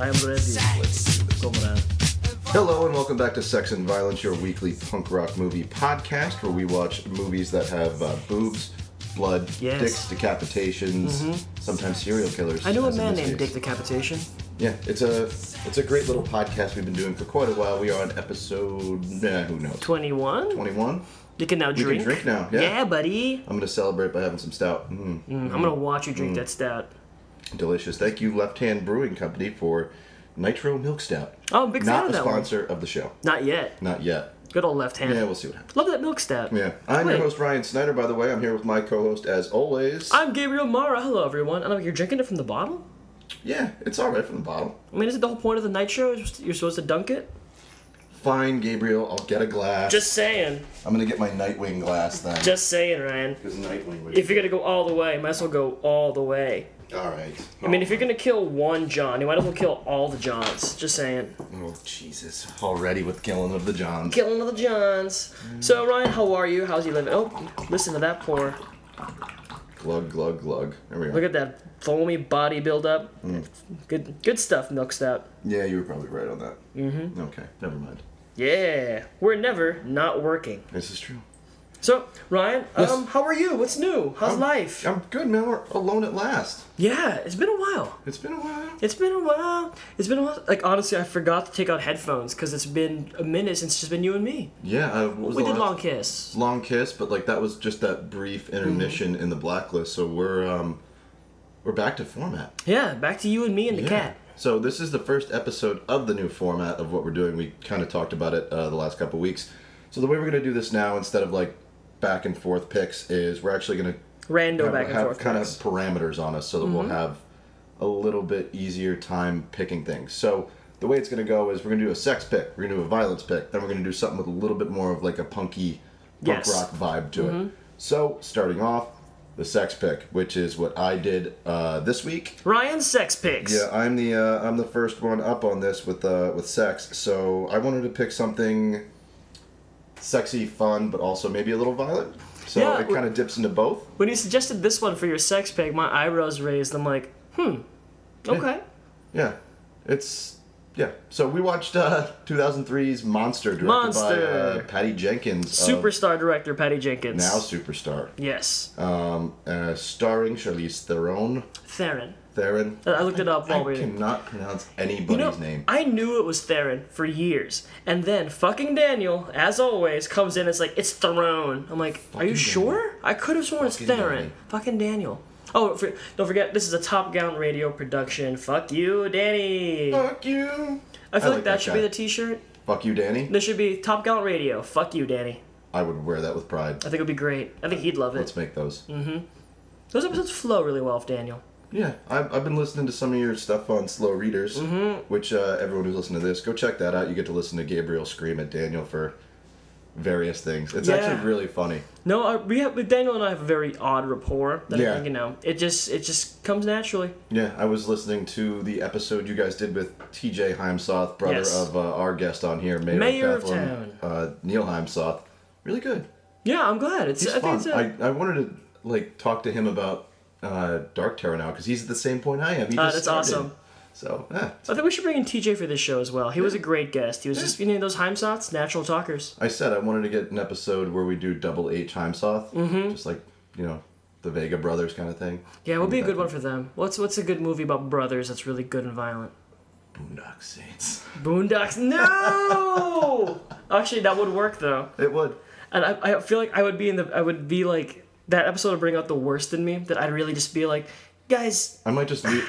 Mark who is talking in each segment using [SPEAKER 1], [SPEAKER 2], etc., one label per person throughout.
[SPEAKER 1] I am ready. Comrade.
[SPEAKER 2] Hello and welcome back to Sex and Violence, your weekly punk rock movie podcast where we watch movies that have uh, boobs, blood,
[SPEAKER 1] Yes. Mm-hmm.
[SPEAKER 2] dicks, decapitations, sometimes serial killers.
[SPEAKER 1] I know a
[SPEAKER 2] as in
[SPEAKER 1] man
[SPEAKER 2] this
[SPEAKER 1] named
[SPEAKER 2] case.
[SPEAKER 1] Dick Decapitation.
[SPEAKER 2] Yeah, it's a it's a great little podcast we've been doing for quite a while. We are on episode nah, who knows
[SPEAKER 1] 21.
[SPEAKER 2] twenty one.
[SPEAKER 1] You can now
[SPEAKER 2] We
[SPEAKER 1] drink.
[SPEAKER 2] can drink now. Yeah.
[SPEAKER 1] Yeah, buddy.
[SPEAKER 2] I'm gonna celebrate by having some stout. Mm,
[SPEAKER 1] I'm gonna watch you drink that stout.
[SPEAKER 2] delicious. Thank you, Left Hand Brewing Company, for Nitro Milk Stout.
[SPEAKER 1] Oh, I'm a big fan
[SPEAKER 2] Not
[SPEAKER 1] of
[SPEAKER 2] a
[SPEAKER 1] that one.
[SPEAKER 2] sponsor of the show.
[SPEAKER 1] Not yet.
[SPEAKER 2] Not yet.
[SPEAKER 1] Good old left hand.
[SPEAKER 2] Mm. Yeah, we'll see what happens.
[SPEAKER 1] Love that milk stout.
[SPEAKER 2] Yeah. I'm
[SPEAKER 1] Wait.
[SPEAKER 2] your host, Ryan Snyder, by the way. I'm here with my co host, as always.
[SPEAKER 1] I'm Gabriel Mara. Hello, everyone. I know you're drinking it from the bottle.
[SPEAKER 2] yeah, it's all right from the bottle.
[SPEAKER 1] I mean, is it the whole point of the night show? Is You're supposed to dunk it.
[SPEAKER 2] Fine, Gabriel. I'll get a glass.
[SPEAKER 1] Just saying.
[SPEAKER 2] I'm going to get my Nightwing glass then.
[SPEAKER 1] Just saying, Ryan.
[SPEAKER 2] Because Nightwing would.
[SPEAKER 1] If you're gonna go all the way, might as well go all the way.
[SPEAKER 2] All right.
[SPEAKER 1] I mean, if you're gonna kill one John, you might as well kill all the Johns. Just saying.
[SPEAKER 2] Oh, Jesus. Already with killing of the Johns.
[SPEAKER 1] Kill another Johns. So Ryan, how are you? How's he living? Oh, listen to that pour.
[SPEAKER 2] glug, glug, glug. There we are.
[SPEAKER 1] Look at that foamy body buildup.
[SPEAKER 2] Mm.
[SPEAKER 1] Good, good stuff, milk stout.
[SPEAKER 2] yeah, you were probably right on that. Mm-hmm. Okay, never mind.
[SPEAKER 1] Yeah, we're never not working.
[SPEAKER 2] This is true.
[SPEAKER 1] So Ryan,
[SPEAKER 2] Yes. Um,
[SPEAKER 1] um, how are you? What's new? How's life?
[SPEAKER 2] I'm good, man. We're alone at last.
[SPEAKER 1] yeah, it's been a while.
[SPEAKER 2] It's been a while.
[SPEAKER 1] It's been a while. It's been a while. Like honestly, I forgot to take out headphones because it's been a minute since it's just been you and me.
[SPEAKER 2] Yeah, I, what was
[SPEAKER 1] We
[SPEAKER 2] the
[SPEAKER 1] did
[SPEAKER 2] last-
[SPEAKER 1] long kiss.
[SPEAKER 2] long kiss but like that was just that brief intermission in the blacklist so we're um we're back to format
[SPEAKER 1] Yeah, back to you and me and the cat.
[SPEAKER 2] so this is the first episode of the new format of what we're doing we kind of talked about it uh, the last couple weeks so the way we're going to do this now instead of like back and forth picks is we're actually going to
[SPEAKER 1] Rando
[SPEAKER 2] have,
[SPEAKER 1] back and forth.
[SPEAKER 2] kind of parameters on us so that we'll have a little bit easier time picking things. So the way it's going to go is we're going to do a sex pick, we're going to do a violence pick, then we're going to do something with a little bit more of like a punky punk
[SPEAKER 1] Yes. Mm-hmm.
[SPEAKER 2] rock vibe to it. So starting off, the sex pick, which is what I did uh, this week.
[SPEAKER 1] Ryan's sex picks.
[SPEAKER 2] Yeah, I'm the uh, I'm the first one up on this with uh, with sex. So I wanted to pick something sexy, fun, but also maybe a little violent. So
[SPEAKER 1] Yeah,
[SPEAKER 2] it
[SPEAKER 1] we-
[SPEAKER 2] kind of dips into both.
[SPEAKER 1] When you suggested this one for your sex pick, my eyebrows raised. I'm like, hmm,
[SPEAKER 2] Uh,
[SPEAKER 1] okay.
[SPEAKER 2] Yeah, it's yeah. So we watched uh, 2003's Monster, directed by uh,
[SPEAKER 1] Monster.
[SPEAKER 2] Patty Jenkins, of
[SPEAKER 1] Superstar director Patty Jenkins.
[SPEAKER 2] now superstar,
[SPEAKER 1] Yes,
[SPEAKER 2] um, uh, starring Charlize Theron.
[SPEAKER 1] Theron.
[SPEAKER 2] Theron.
[SPEAKER 1] Uh, I- I looked it up
[SPEAKER 2] I
[SPEAKER 1] while we.
[SPEAKER 2] cannot pronounce anybody's
[SPEAKER 1] You know,
[SPEAKER 2] name.
[SPEAKER 1] I knew it was Theron for years, and then fucking Daniel, as always, comes in. It's like it's Theron. I'm like, are you
[SPEAKER 2] Fucking
[SPEAKER 1] sure? I could have sworn
[SPEAKER 2] Fucking
[SPEAKER 1] it's Theron.
[SPEAKER 2] Daniel.
[SPEAKER 1] Fucking Daniel. Oh, for, don't forget, this is a Top Gown radio production. Fuck you, Danny.
[SPEAKER 2] Fuck you.
[SPEAKER 1] I feel
[SPEAKER 2] I
[SPEAKER 1] like,
[SPEAKER 2] like
[SPEAKER 1] that,
[SPEAKER 2] that
[SPEAKER 1] should
[SPEAKER 2] guy.
[SPEAKER 1] be the T-shirt.
[SPEAKER 2] Fuck you, Danny.
[SPEAKER 1] This should be Top Gallant Radio. Fuck you, Danny.
[SPEAKER 2] I would wear that with pride.
[SPEAKER 1] I think it would be great. I think he'd love it.
[SPEAKER 2] Let's make those.
[SPEAKER 1] mm. Those episodes flow really well, with Daniel.
[SPEAKER 2] Yeah, I've, I've been listening to some of your stuff on Slow Readers,
[SPEAKER 1] Mm-hmm.
[SPEAKER 2] which uh, everyone who's listening to this, go check that out. You get to listen to Gabriel scream at Daniel for various things. It's
[SPEAKER 1] Yeah.
[SPEAKER 2] actually really funny.
[SPEAKER 1] No, I, we have Daniel and I have a very odd rapport. That I
[SPEAKER 2] Yeah.
[SPEAKER 1] think, you know, it just it just comes naturally.
[SPEAKER 2] Yeah, I was listening to the episode you guys did with TJ Heimsoth, brother
[SPEAKER 1] Yes.
[SPEAKER 2] of uh, our guest on here, Mayor,
[SPEAKER 1] Mayor of
[SPEAKER 2] of Bethlehem, Uh, Neil Heimsoth. Really good.
[SPEAKER 1] Yeah, I'm glad. It's
[SPEAKER 2] He's
[SPEAKER 1] I think
[SPEAKER 2] fun.
[SPEAKER 1] it's uh, a-
[SPEAKER 2] I, I wanted to like talk to him about uh, Dark Terror now because he's at the same point I am. He
[SPEAKER 1] Ah, that's
[SPEAKER 2] just started.
[SPEAKER 1] awesome.
[SPEAKER 2] So yeah,
[SPEAKER 1] I think we should bring in TJ for this show as well. He was a great guest. He was just you know those Heimsots, natural talkers.
[SPEAKER 2] I said I wanted to get an episode where we do double H Heimsoth,
[SPEAKER 1] Mm-hmm.
[SPEAKER 2] just like you know the Vega brothers kind of thing.
[SPEAKER 1] Yeah, it would be a good one for them. What's what's a good movie about brothers that's really good and violent?
[SPEAKER 2] Boondock Saints.
[SPEAKER 1] Boondocks. No. Actually, that would work though.
[SPEAKER 2] It would.
[SPEAKER 1] And I, I feel like I would be in the I would be like that episode would bring out the worst in me. That I'd really just be like, guys,
[SPEAKER 2] I might just. leave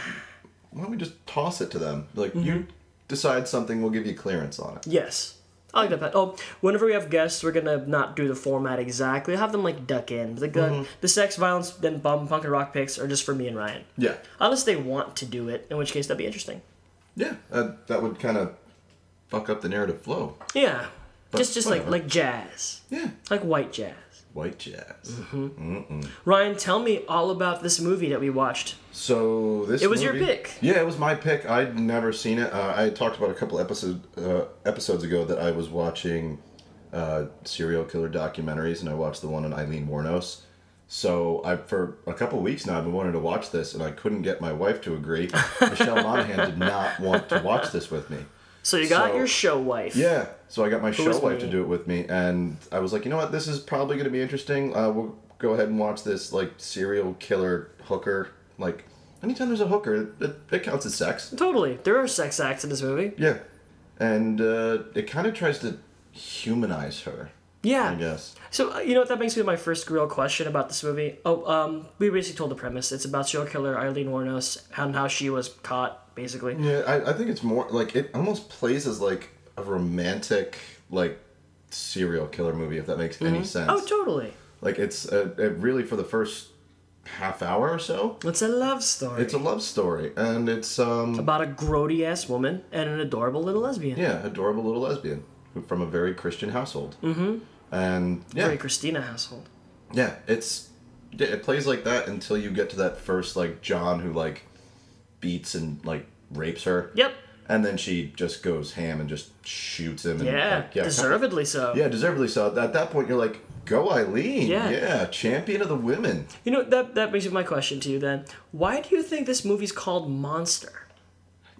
[SPEAKER 2] why don't we just toss it to them? Like you decide something, we'll give you clearance on it.
[SPEAKER 1] yes. I like that. Oh, whenever we have guests, we're gonna not do the format exactly. Have them like duck in. The the,
[SPEAKER 2] Mm-hmm.
[SPEAKER 1] the sex, violence, then bum, punk and rock picks are just for me and Ryan.
[SPEAKER 2] Yeah,
[SPEAKER 1] Unless they want to do it, in which case that'd be interesting.
[SPEAKER 2] yeah. Uh, that would kind of fuck up the narrative flow.
[SPEAKER 1] Yeah, just just like
[SPEAKER 2] whatever.
[SPEAKER 1] like jazz,
[SPEAKER 2] Yeah,
[SPEAKER 1] like white jazz.
[SPEAKER 2] white jazz.
[SPEAKER 1] Ryan, tell me all about this movie that we watched.
[SPEAKER 2] So this.
[SPEAKER 1] It was your
[SPEAKER 2] movie-
[SPEAKER 1] pick.
[SPEAKER 2] Yeah, it was my pick. I'd never seen it. Uh, I had talked about a couple episode uh, episodes ago that I was watching uh, serial killer documentaries, and I watched the one on Eileen Warnos. So I for a couple weeks now I've been wanting to watch this and I couldn't get my wife to agree. Michelle Monaghan did not want to watch this with me.
[SPEAKER 1] So you got
[SPEAKER 2] So-
[SPEAKER 1] your show wife.
[SPEAKER 2] Yeah, so I got my show
[SPEAKER 1] was
[SPEAKER 2] wife
[SPEAKER 1] me?
[SPEAKER 2] to do it with me, and I was like, you know what, this is probably going to be interesting. Uh, we'll go ahead and watch this like serial killer hooker. Like anytime there's a hooker, it, it counts as sex.
[SPEAKER 1] Totally. There are sex acts in this movie.
[SPEAKER 2] Yeah, and uh, it kind of tries to humanize her.
[SPEAKER 1] Yeah.
[SPEAKER 2] I guess.
[SPEAKER 1] So uh, you know what that brings me to my first real question about this movie. Oh, um, we basically told the premise. It's about serial killer Eileen Warnos and how she was caught, basically.
[SPEAKER 2] Yeah, I, I think it's more like it almost plays as like a romantic like serial killer movie if that makes any sense.
[SPEAKER 1] Oh, totally.
[SPEAKER 2] like it's uh it really for the first half hour or so.
[SPEAKER 1] It's a love story.
[SPEAKER 2] It's a love story, and it's um
[SPEAKER 1] about a grody ass woman and an adorable little lesbian.
[SPEAKER 2] yeah, adorable little lesbian who- from a very Christian household. Mm-hmm. And yeah,
[SPEAKER 1] Very Christina household.
[SPEAKER 2] yeah, it's yeah, it plays like that until you get to that first like John who like beats and like rapes her.
[SPEAKER 1] Yep.
[SPEAKER 2] And then she just goes ham and just shoots him. And,
[SPEAKER 1] Yeah.
[SPEAKER 2] like, yeah,
[SPEAKER 1] Deservedly so.
[SPEAKER 2] yeah, deservedly so. At that point, you're like, go Eileen,
[SPEAKER 1] Yeah.
[SPEAKER 2] yeah, champion of the women.
[SPEAKER 1] You know that that brings me my question to you then. Why do you think this movie's called Monster?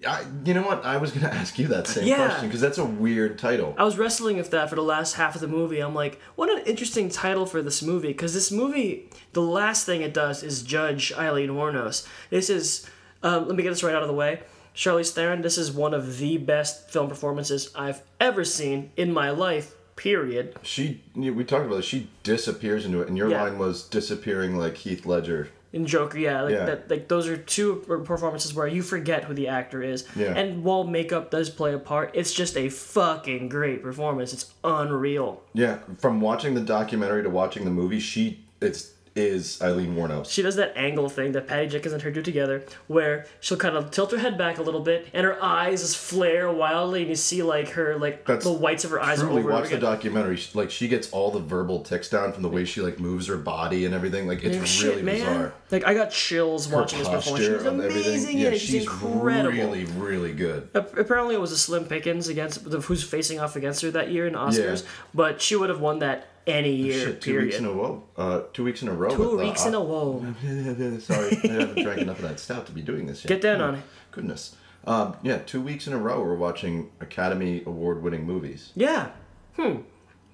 [SPEAKER 2] I, you know what? I was gonna ask you that same question
[SPEAKER 1] Yeah.
[SPEAKER 2] 'cause question because that's a weird title.
[SPEAKER 1] I was wrestling with that for the last half of the movie. I'm like, what an interesting title for this movie. Because this movie, the last thing it does is judge Eileen Warnos. This is, um, let me get this right out of the way. Charlize Theron, this is one of the best film performances I've ever seen in my life, period.
[SPEAKER 2] She, you- we talked about this. She disappears into it, and your
[SPEAKER 1] Yeah.
[SPEAKER 2] line was disappearing like Heath Ledger.
[SPEAKER 1] in Joker, yeah, like
[SPEAKER 2] Yeah.
[SPEAKER 1] that, like those are two performances where you forget who the actor is.
[SPEAKER 2] Yeah.
[SPEAKER 1] And while makeup does play a part, it's just a fucking great performance. It's unreal.
[SPEAKER 2] Yeah, from watching the documentary to watching the movie, she it's is Eileen Warnos.
[SPEAKER 1] She does that angle thing that Patty Jenkins and her do together, where she'll kind of tilt her head back a little bit, and her eyes just flare wildly, and you see like her like
[SPEAKER 2] That's
[SPEAKER 1] the whites of her eyes over
[SPEAKER 2] Truly,
[SPEAKER 1] and over
[SPEAKER 2] watch the
[SPEAKER 1] again.
[SPEAKER 2] documentary. She, like she gets all the verbal ticks down from the way she like moves her body and everything. Like
[SPEAKER 1] Like,
[SPEAKER 2] it's really
[SPEAKER 1] Shit, man!
[SPEAKER 2] bizarre.
[SPEAKER 1] Like I got chills
[SPEAKER 2] Her
[SPEAKER 1] watching this performance. She was
[SPEAKER 2] on
[SPEAKER 1] amazing in
[SPEAKER 2] Yeah,
[SPEAKER 1] it. She's,
[SPEAKER 2] she's
[SPEAKER 1] incredible.
[SPEAKER 2] really, really good.
[SPEAKER 1] Ap- Apparently, it was a Slim Pickens against who's facing off against her that year in Oscars, but she would have won that any year.
[SPEAKER 2] Shit, two
[SPEAKER 1] period.
[SPEAKER 2] weeks in a row. Uh, two weeks in a row.
[SPEAKER 1] Two weeks in a row.
[SPEAKER 2] row. Sorry, I haven't drank enough of that stout to be doing this yet. Hmm.
[SPEAKER 1] Get down on it.
[SPEAKER 2] Goodness. Um, yeah, two weeks in a row we're watching Academy Award-winning movies.
[SPEAKER 1] Yeah. Hmm.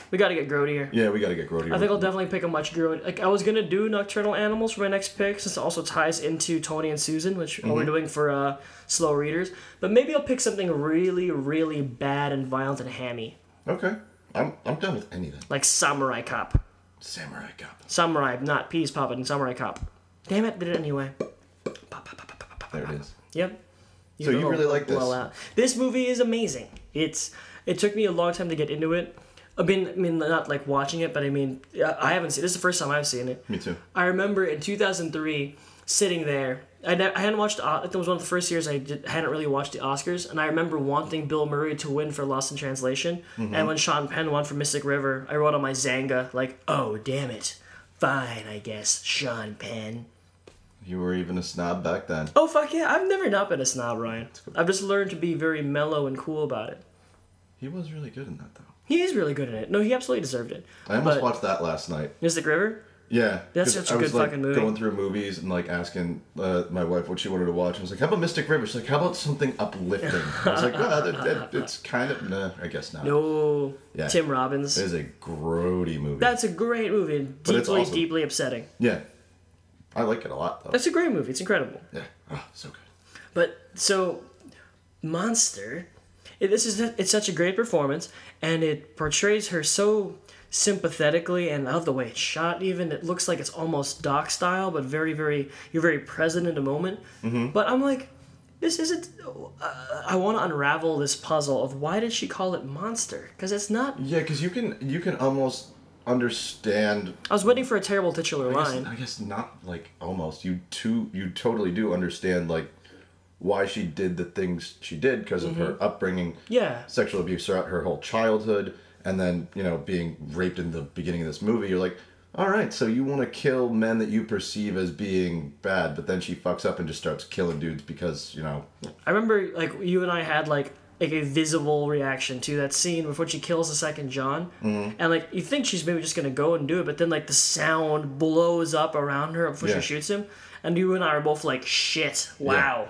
[SPEAKER 1] We got to get grodier.
[SPEAKER 2] Yeah, we got to get grody.
[SPEAKER 1] I think I'll definitely pick a much grody. Like I was gonna do Nocturnal Animals for my next pick, since it also ties into Tony and Susan, which we're
[SPEAKER 2] Mm-hmm.
[SPEAKER 1] doing for uh, slow readers. But maybe I'll pick something really, really bad and violent and hammy,
[SPEAKER 2] Okay, I'm I'm done with anything.
[SPEAKER 1] like Samurai Cop.
[SPEAKER 2] Samurai Cop.
[SPEAKER 1] Samurai, not peas poppin'. Samurai Cop. Damn it, did it anyway. Pop, pop, pop, pop, pop, pop,
[SPEAKER 2] There
[SPEAKER 1] pop.
[SPEAKER 2] it is.
[SPEAKER 1] Yep.
[SPEAKER 2] So you
[SPEAKER 1] little
[SPEAKER 2] really like this?
[SPEAKER 1] blowout. This movie is amazing. It's it took me a long time to get into it. I mean, I mean, not like watching it, but I mean, I- I haven't seen. This is the first time I've seen it.
[SPEAKER 2] Me too.
[SPEAKER 1] I remember in 2003 sitting there. I, ne- I hadn't watched. I think it was one of the first years I did, hadn't really watched the Oscars, and I remember wanting Bill Murray to win for Lost in Translation.
[SPEAKER 2] Mm-hmm.
[SPEAKER 1] And when Sean Penn won for Mystic River, I wrote on my Zanga like, "Oh damn it, fine, I guess Sean Penn."
[SPEAKER 2] You were even a snob back then.
[SPEAKER 1] Oh fuck yeah! I've never not been a snob, Ryan. I've just learned to be very mellow and cool about it.
[SPEAKER 2] He was really good in that though.
[SPEAKER 1] He is really good in it. No, he absolutely deserved it.
[SPEAKER 2] I almost
[SPEAKER 1] But-
[SPEAKER 2] watched that last night.
[SPEAKER 1] Mystic River.
[SPEAKER 2] Yeah,
[SPEAKER 1] That's
[SPEAKER 2] 'cause
[SPEAKER 1] such a
[SPEAKER 2] I was,
[SPEAKER 1] good
[SPEAKER 2] like,
[SPEAKER 1] fucking movie.
[SPEAKER 2] Going through movies and like asking uh, my wife what she wanted to watch, I was like, "How about Mystic River?" She's like, "How about something uplifting?" I was like, "Well, that, that, it's kind of nah, I guess not."
[SPEAKER 1] No,
[SPEAKER 2] Yeah.
[SPEAKER 1] Tim Robbins.
[SPEAKER 2] It is a grody movie.
[SPEAKER 1] That's a great movie. And
[SPEAKER 2] But it's
[SPEAKER 1] deeply,
[SPEAKER 2] awesome.
[SPEAKER 1] deeply upsetting.
[SPEAKER 2] yeah, I like it a lot though.
[SPEAKER 1] That's a great movie. It's incredible.
[SPEAKER 2] yeah, oh, so good.
[SPEAKER 1] But so, Monster, it, this is it's such a great performance, and it portrays her so sympathetically, and I love the way it's shot. Even it looks like it's almost doc style, but very, very you're very present in the moment.
[SPEAKER 2] Mm-hmm.
[SPEAKER 1] But I'm like, this isn't. Uh, I want to unravel this puzzle of why did she call it Monster? Because it's not.
[SPEAKER 2] Yeah, because you can you can almost understand.
[SPEAKER 1] I was waiting for a terrible titular
[SPEAKER 2] I guess,
[SPEAKER 1] line.
[SPEAKER 2] I guess not like almost. You too. You totally do understand like why she did the things she did because of her upbringing.
[SPEAKER 1] Mm-hmm. Yeah.
[SPEAKER 2] Sexual abuse throughout her whole childhood, and then you know being raped in the beginning of this movie. You're like, all right, so you want to kill men that you perceive as being bad, but then she fucks up and just starts killing dudes because you know.
[SPEAKER 1] I remember like you and I had like like a visible reaction to that scene before she kills the second John.
[SPEAKER 2] Mm-hmm.
[SPEAKER 1] And like you think she's maybe just gonna go and do it, but then like the sound blows up around her before
[SPEAKER 2] Yeah.
[SPEAKER 1] she shoots him. And you and I are both like, shit, wow.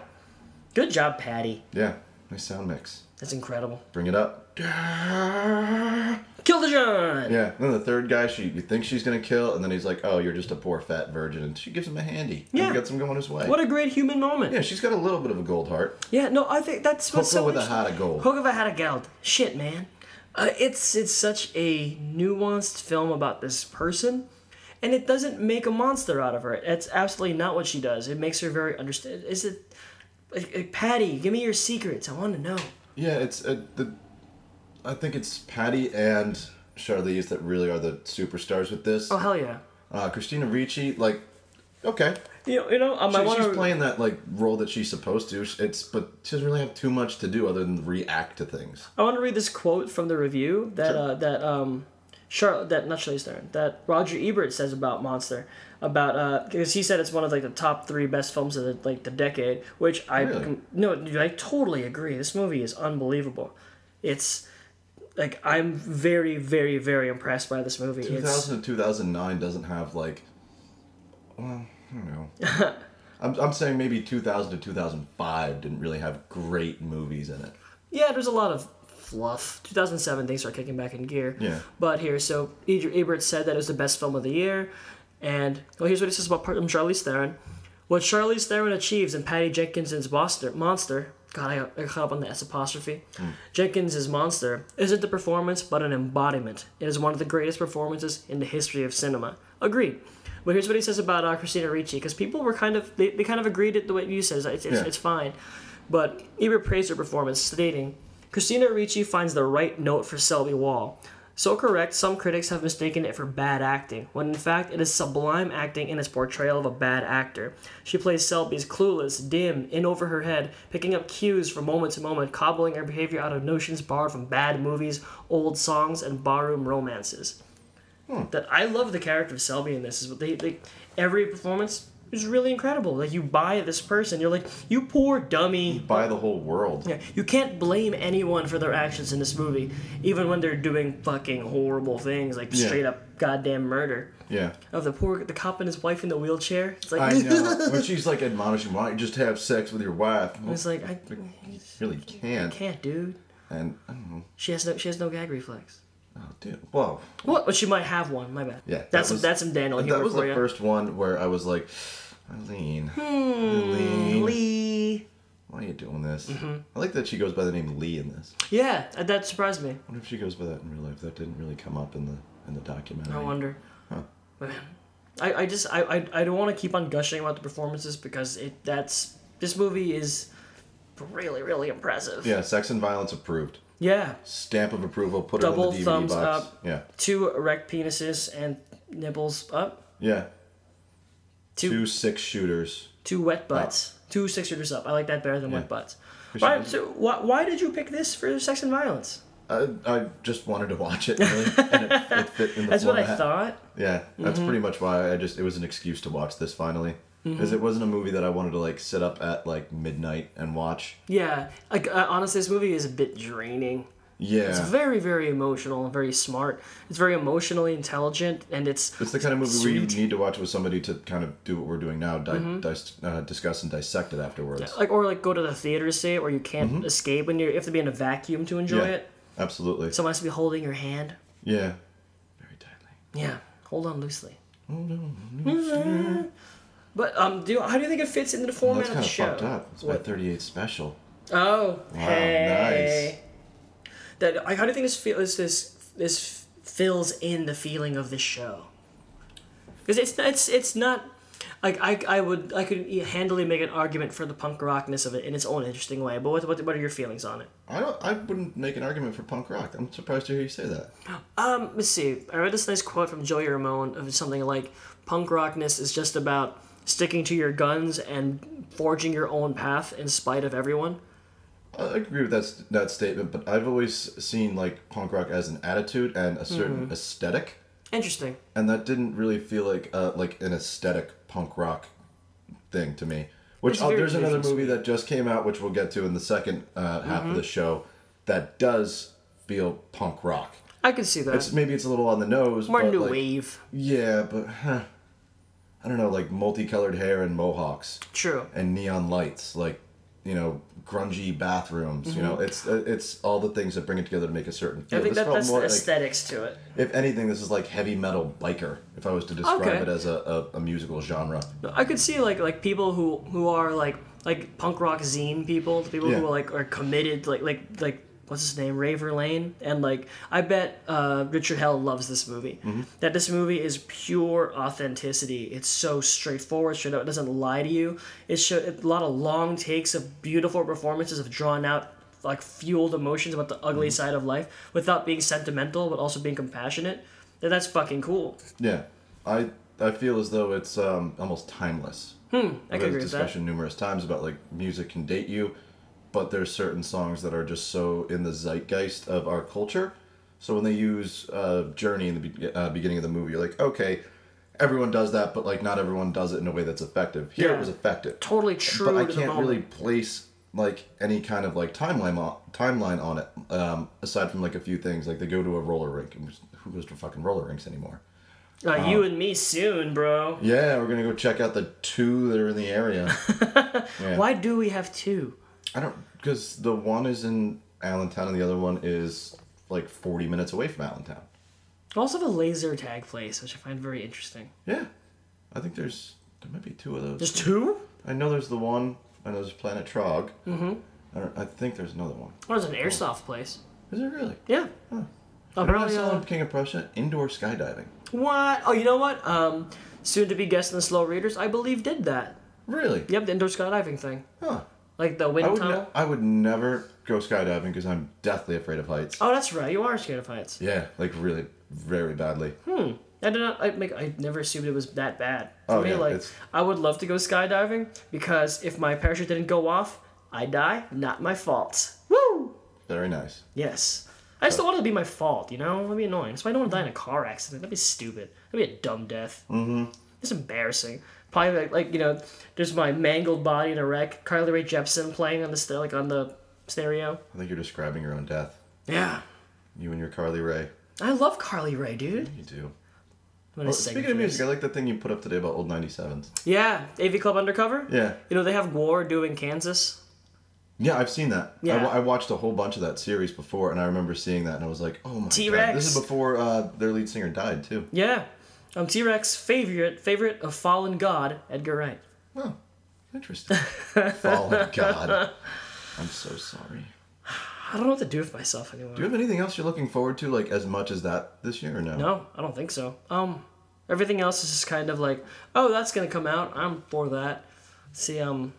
[SPEAKER 1] Good job, Patty.
[SPEAKER 2] Yeah, nice sound mix.
[SPEAKER 1] That's incredible.
[SPEAKER 2] Bring it up.
[SPEAKER 1] Kill the John!
[SPEAKER 2] Yeah. Then the third guy, she you think she's gonna kill, and then he's like, "Oh, you're just a poor fat virgin," and she gives him a handy.
[SPEAKER 1] Yeah.
[SPEAKER 2] And gets him going his way.
[SPEAKER 1] What a great human moment.
[SPEAKER 2] yeah, she's got a little bit of a gold heart.
[SPEAKER 1] Yeah, no, I think that's what's
[SPEAKER 2] Hooker
[SPEAKER 1] so
[SPEAKER 2] with a
[SPEAKER 1] interesting.
[SPEAKER 2] heart of gold.
[SPEAKER 1] Hooker with a heart of gold. Shit, man. Uh, it's it's such a nuanced film about this person, and it doesn't make a monster out of her. It's absolutely not what she does. It makes her very understand. Is it, like, like, Patty? Give me your secrets. I want to know.
[SPEAKER 2] Yeah, it's uh, the. I think it's Patty and Charlize that really are the superstars with this.
[SPEAKER 1] Oh hell yeah.
[SPEAKER 2] Uh, Christina Ricci, like, okay,
[SPEAKER 1] You know, you know um, I
[SPEAKER 2] She-
[SPEAKER 1] want
[SPEAKER 2] she's
[SPEAKER 1] to.
[SPEAKER 2] playing that like role that she's supposed to. It's but she doesn't really have too much to do other than react to things.
[SPEAKER 1] I want to read this quote from the review that
[SPEAKER 2] Sure.
[SPEAKER 1] uh, that um, Charlotte that not Charlize Theron that Roger Ebert says about Monster about because he said it's one of like the top three best films of the, like the decade, which I
[SPEAKER 2] Really?
[SPEAKER 1] com- no dude, I totally agree. This movie is unbelievable. It's like I'm very very very impressed by this movie.
[SPEAKER 2] Two
[SPEAKER 1] It's
[SPEAKER 2] thousand to two thousand nine doesn't have like, well, I don't know. I'm, I'm saying maybe 2000 to 2005 didn't really have great movies in it.
[SPEAKER 1] yeah, there's a lot of fluff. 2007 things are kicking back in gear.
[SPEAKER 2] Yeah.
[SPEAKER 1] But here, so Edgar Ebert said that it was the best film of the year, and well, here's what he says about Part- um, Charlize Theron. What Charlize Theron achieves in Patty Jenkins's Monster, Monster, God, I got I got caught up on the S apostrophe.
[SPEAKER 2] Hmm.
[SPEAKER 1] Jenkins's Monster isn't a performance, but an embodiment. It is one of the greatest performances in the history of cinema. Agreed. But here's what he says about uh, Christina Ricci, because people were kind of they, they kind of agreed it the way you said it's, it's,
[SPEAKER 2] Yeah.
[SPEAKER 1] it's fine, but Ebert praised her performance, stating, "Christina Ricci finds the right note for Selby Wall." So correct, some critics have mistaken it for bad acting, when in fact it is sublime acting in its portrayal of a bad actor. She plays Selby's clueless, dim, in over her head, picking up cues from moment to moment, cobbling her behavior out of notions borrowed from bad movies, old songs, and barroom romances. That I love the character of Selby in this. Is what they, they every performance is really incredible. Like you buy this person, you're like, you poor dummy.
[SPEAKER 2] By the whole world.
[SPEAKER 1] Yeah, you can't blame anyone for their actions in this movie, even when they're doing fucking horrible things like
[SPEAKER 2] Yeah.
[SPEAKER 1] straight up goddamn murder
[SPEAKER 2] Yeah.
[SPEAKER 1] of the poor the cop and his wife in the wheelchair. It's like
[SPEAKER 2] I know. when she's like admonishing, why don't you just have sex with your wife? Well,
[SPEAKER 1] it's like I
[SPEAKER 2] you really can't.
[SPEAKER 1] can't, dude.
[SPEAKER 2] And I don't know.
[SPEAKER 1] She has no she has no gag reflex.
[SPEAKER 2] Oh, dude. Whoa.
[SPEAKER 1] What? But she might have one. My bad.
[SPEAKER 2] Yeah, that
[SPEAKER 1] that's
[SPEAKER 2] was-
[SPEAKER 1] that's some Daniel humor
[SPEAKER 2] That was
[SPEAKER 1] for Hmm.
[SPEAKER 2] the
[SPEAKER 1] you.
[SPEAKER 2] first one where I was like, Eileen. Eileen.
[SPEAKER 1] Lee.
[SPEAKER 2] Why are you doing this?
[SPEAKER 1] Mm-hmm.
[SPEAKER 2] I like that she goes by the name Lee in this. I
[SPEAKER 1] Yeah, that- that surprised me.
[SPEAKER 2] wonder if she goes by that in real life. That didn't really come up in the in the documentary.
[SPEAKER 1] I wonder. Man, I, I just I, I, I don't want to keep on gushing about the performances because it that's this movie is really really impressive.
[SPEAKER 2] Yeah, sex and violence approved.
[SPEAKER 1] Yeah.
[SPEAKER 2] Stamp of approval. Put it
[SPEAKER 1] Double
[SPEAKER 2] on the DVD
[SPEAKER 1] thumbs
[SPEAKER 2] box.
[SPEAKER 1] up.
[SPEAKER 2] Yeah,
[SPEAKER 1] Two erect penises and nipples up.
[SPEAKER 2] yeah.
[SPEAKER 1] Two-
[SPEAKER 2] Two, six shooters.
[SPEAKER 1] Two wet butts. Two six shooters up. I like that better than
[SPEAKER 2] Yeah.
[SPEAKER 1] wet butts.
[SPEAKER 2] We should
[SPEAKER 1] Why,
[SPEAKER 2] do-
[SPEAKER 1] so why, why did you pick this for sex and violence?
[SPEAKER 2] I, I just wanted to watch it. Really, and it, it fit in the
[SPEAKER 1] That's what I
[SPEAKER 2] format.
[SPEAKER 1] thought.
[SPEAKER 2] Yeah, that's
[SPEAKER 1] Mm-hmm.
[SPEAKER 2] pretty much why I just it was an excuse to watch this finally because it wasn't a movie that I wanted to like sit up at like midnight and watch.
[SPEAKER 1] Yeah. Like uh, honestly, this movie is a bit draining.
[SPEAKER 2] Yeah,
[SPEAKER 1] It's very very emotional and very smart. It's very emotionally intelligent and it's
[SPEAKER 2] It's the kind of movie where you
[SPEAKER 1] Sweet. Mm-hmm.
[SPEAKER 2] need to watch with somebody to kind of do what we're doing now, di- dis- uh, discuss and dissect it afterwards.
[SPEAKER 1] like or like go to the theater to see it where you can't
[SPEAKER 2] Mm-hmm.
[SPEAKER 1] escape and you you have to be in a vacuum to enjoy it.
[SPEAKER 2] absolutely.
[SPEAKER 1] Someone has to be holding your hand.
[SPEAKER 2] yeah, very tightly.
[SPEAKER 1] Yeah, hold on loosely. But um, do you- how do you think it fits into the
[SPEAKER 2] Well,
[SPEAKER 1] format
[SPEAKER 2] Mm-hmm. that's
[SPEAKER 1] of
[SPEAKER 2] kind
[SPEAKER 1] the
[SPEAKER 2] of
[SPEAKER 1] show?
[SPEAKER 2] fucked up. It's my
[SPEAKER 1] What-
[SPEAKER 2] 38 special.
[SPEAKER 1] Oh,
[SPEAKER 2] Wow,
[SPEAKER 1] hey. That like, how do you think this feels? This this fills in the feeling of the show. Because it's it's it's not like I I would I could handily make an argument for the punk rockness of it in its own interesting way. But what what, what are your feelings on it?
[SPEAKER 2] I don't. I wouldn't make an argument for punk rock. I'm surprised to hear you say that.
[SPEAKER 1] Um, let's see. I read this nice quote from Joey Ramone of something like, "Punk rockness is just about sticking to your guns and forging your own path in spite of everyone."
[SPEAKER 2] I agree with that s- that statement, but I've always seen like punk rock as an attitude and a certain
[SPEAKER 1] Mm-hmm.
[SPEAKER 2] aesthetic,
[SPEAKER 1] Interesting.
[SPEAKER 2] and that didn't really feel like uh, like an aesthetic punk rock thing to me. Which
[SPEAKER 1] It's
[SPEAKER 2] oh,
[SPEAKER 1] very
[SPEAKER 2] there's another
[SPEAKER 1] different. Mm-hmm.
[SPEAKER 2] movie that just came out, which we'll get to in the second uh, half of the show, that does feel punk rock.
[SPEAKER 1] I can see that.
[SPEAKER 2] It's maybe it's a little on the nose.
[SPEAKER 1] More
[SPEAKER 2] but
[SPEAKER 1] new
[SPEAKER 2] like,
[SPEAKER 1] wave.
[SPEAKER 2] Yeah, but huh, I don't know, like multicolored hair and mohawks
[SPEAKER 1] True.
[SPEAKER 2] and neon lights, like you know, grungy bathrooms. You know, it's uh, it's all the things that bring it together to make a certain. Feel.
[SPEAKER 1] Mm-hmm. I think
[SPEAKER 2] This
[SPEAKER 1] that,
[SPEAKER 2] felt
[SPEAKER 1] that's the
[SPEAKER 2] more like-
[SPEAKER 1] aesthetics to it.
[SPEAKER 2] if anything, this is like heavy metal biker. If I was to describe
[SPEAKER 1] Okay.
[SPEAKER 2] it as a, a, a musical genre,
[SPEAKER 1] I could see like like people who who are like like punk rock zine people, the people
[SPEAKER 2] Yeah.
[SPEAKER 1] who are like are committed, like like like what's his name, Raver Lane, and like I bet uh, Richard Hell loves this movie.
[SPEAKER 2] Mm-hmm.
[SPEAKER 1] That this movie is pure authenticity. It's so straightforward, straight up. It doesn't lie to you. It show a lot of long takes of beautiful performances of drawn out. Like fueled emotions about the ugly
[SPEAKER 2] Mm-hmm.
[SPEAKER 1] side of life without being sentimental, but also being compassionate. And that's fucking cool.
[SPEAKER 2] yeah, I I feel as though it's um, almost timeless.
[SPEAKER 1] I
[SPEAKER 2] I've
[SPEAKER 1] could agree
[SPEAKER 2] had this
[SPEAKER 1] with that.
[SPEAKER 2] discussion numerous times about like music can date you, but there's certain songs that are just so in the zeitgeist of our culture. So when they use uh, "Journey" in the be- uh, beginning of the movie, you're like, okay, everyone does that, but like not everyone does it in a way that's effective. Here
[SPEAKER 1] Yeah.
[SPEAKER 2] it was effective,
[SPEAKER 1] Totally true
[SPEAKER 2] but I
[SPEAKER 1] to the
[SPEAKER 2] can't
[SPEAKER 1] moment.
[SPEAKER 2] really place like any kind of like timeline on, timeline on it. Um, aside from like a few things, like they go to a roller rink. And who goes to fucking roller rinks anymore?
[SPEAKER 1] Uh, you and me soon, bro.
[SPEAKER 2] Yeah, we're gonna go check out the two that are in the area. Yeah.
[SPEAKER 1] Why do we have two?
[SPEAKER 2] I don't because the one is in Allentown and the other one is like forty minutes away from Allentown.
[SPEAKER 1] We also have a laser tag place, which I find very interesting.
[SPEAKER 2] Yeah, I think there's there might be two of those.
[SPEAKER 1] There's two?
[SPEAKER 2] I know there's the one. I know there's Planet Trog. Mm-hmm. I, don't, I think there's another one.
[SPEAKER 1] Oh, there's an airsoft place.
[SPEAKER 2] Is there really?
[SPEAKER 1] Yeah.
[SPEAKER 2] I remember I
[SPEAKER 1] Apparently,
[SPEAKER 2] saw
[SPEAKER 1] uh,
[SPEAKER 2] on King of Prussia indoor skydiving.
[SPEAKER 1] what? Oh, you know what? Um, soon to be guest in the slow readers, I believe did that.
[SPEAKER 2] Really?
[SPEAKER 1] Yep, the indoor skydiving thing,
[SPEAKER 2] Huh.
[SPEAKER 1] like the
[SPEAKER 2] I
[SPEAKER 1] wind
[SPEAKER 2] would
[SPEAKER 1] tunnel.
[SPEAKER 2] ne- I would never go skydiving because I'm deathly afraid of heights.
[SPEAKER 1] oh, that's right. You are scared of heights.
[SPEAKER 2] Yeah, like really, very badly.
[SPEAKER 1] I did not. I like. I never assumed it was that bad. For
[SPEAKER 2] Oh,
[SPEAKER 1] me,
[SPEAKER 2] yeah,
[SPEAKER 1] like,
[SPEAKER 2] it's-
[SPEAKER 1] I would love to go skydiving because if my parachute didn't go off, I die. Not my fault. Woo!
[SPEAKER 2] Very nice.
[SPEAKER 1] Yes. I just don't want it to be my fault, you know? That'd be annoying. That's why I don't want to die in a car accident. That'd be stupid. That'd be a dumb death. Mm-hmm. It's embarrassing. Probably like, like you know, there's my mangled body in a wreck. Carly Rae Jepsen playing on the st- like on the stereo.
[SPEAKER 2] I think you're describing your own death.
[SPEAKER 1] Yeah.
[SPEAKER 2] You and your Carly Ray.
[SPEAKER 1] I love Carly Rae, dude.
[SPEAKER 2] You do.
[SPEAKER 1] I'm gonna
[SPEAKER 2] Well,
[SPEAKER 1] sing
[SPEAKER 2] speaking of
[SPEAKER 1] for
[SPEAKER 2] music,
[SPEAKER 1] this.
[SPEAKER 2] I like that thing you put up today about old 97s.
[SPEAKER 1] yeah, AV Club Undercover.
[SPEAKER 2] Yeah.
[SPEAKER 1] You know they have War doing Kansas.
[SPEAKER 2] Yeah, I've seen that. I
[SPEAKER 1] Yeah.
[SPEAKER 2] wa- I watched a whole bunch of that series before, and I remember seeing that, and I was like, oh my
[SPEAKER 1] T-Rex.
[SPEAKER 2] god. This is before uh, their lead singer died, too.
[SPEAKER 1] Yeah. Um, T Rex favorite favorite of fallen god Edgar Wright.
[SPEAKER 2] Oh, interesting. Fallen God. I'm so sorry.
[SPEAKER 1] I don't know what to do with myself anymore.
[SPEAKER 2] Do you have anything else you're looking forward to, like, as much as that this year, or no?
[SPEAKER 1] No, I don't think so. Um, everything else is just kind of like, oh, that's gonna come out. I'm for that. See, um,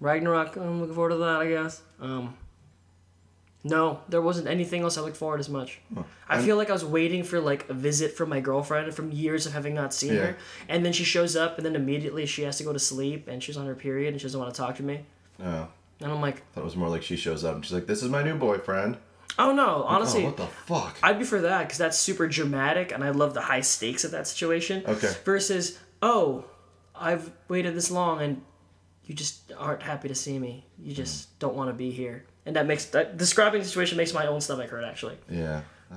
[SPEAKER 1] Ragnarok. I'm looking forward to that, I guess. Um, no, there wasn't anything else I looked forward as much. I feel like I was waiting for like a visit from my girlfriend from years of having not seen
[SPEAKER 2] Yeah.
[SPEAKER 1] her, and then she shows up, and then immediately she has to go to sleep, and she's on her period, and she doesn't want to talk to me.
[SPEAKER 2] Oh,
[SPEAKER 1] And I'm like,
[SPEAKER 2] that was more like she shows up and she's like, this is my new boyfriend.
[SPEAKER 1] oh no, honestly,
[SPEAKER 2] oh, what the fuck?
[SPEAKER 1] I'd be for that because that's super dramatic, and I love the high stakes of that situation.
[SPEAKER 2] Okay.
[SPEAKER 1] Versus, oh, I've waited this long, and you just aren't happy to see me. You just
[SPEAKER 2] Mm-hmm.
[SPEAKER 1] don't want to be here, and that makes that describing the situation makes my own stomach hurt. Actually,
[SPEAKER 2] yeah. Oh,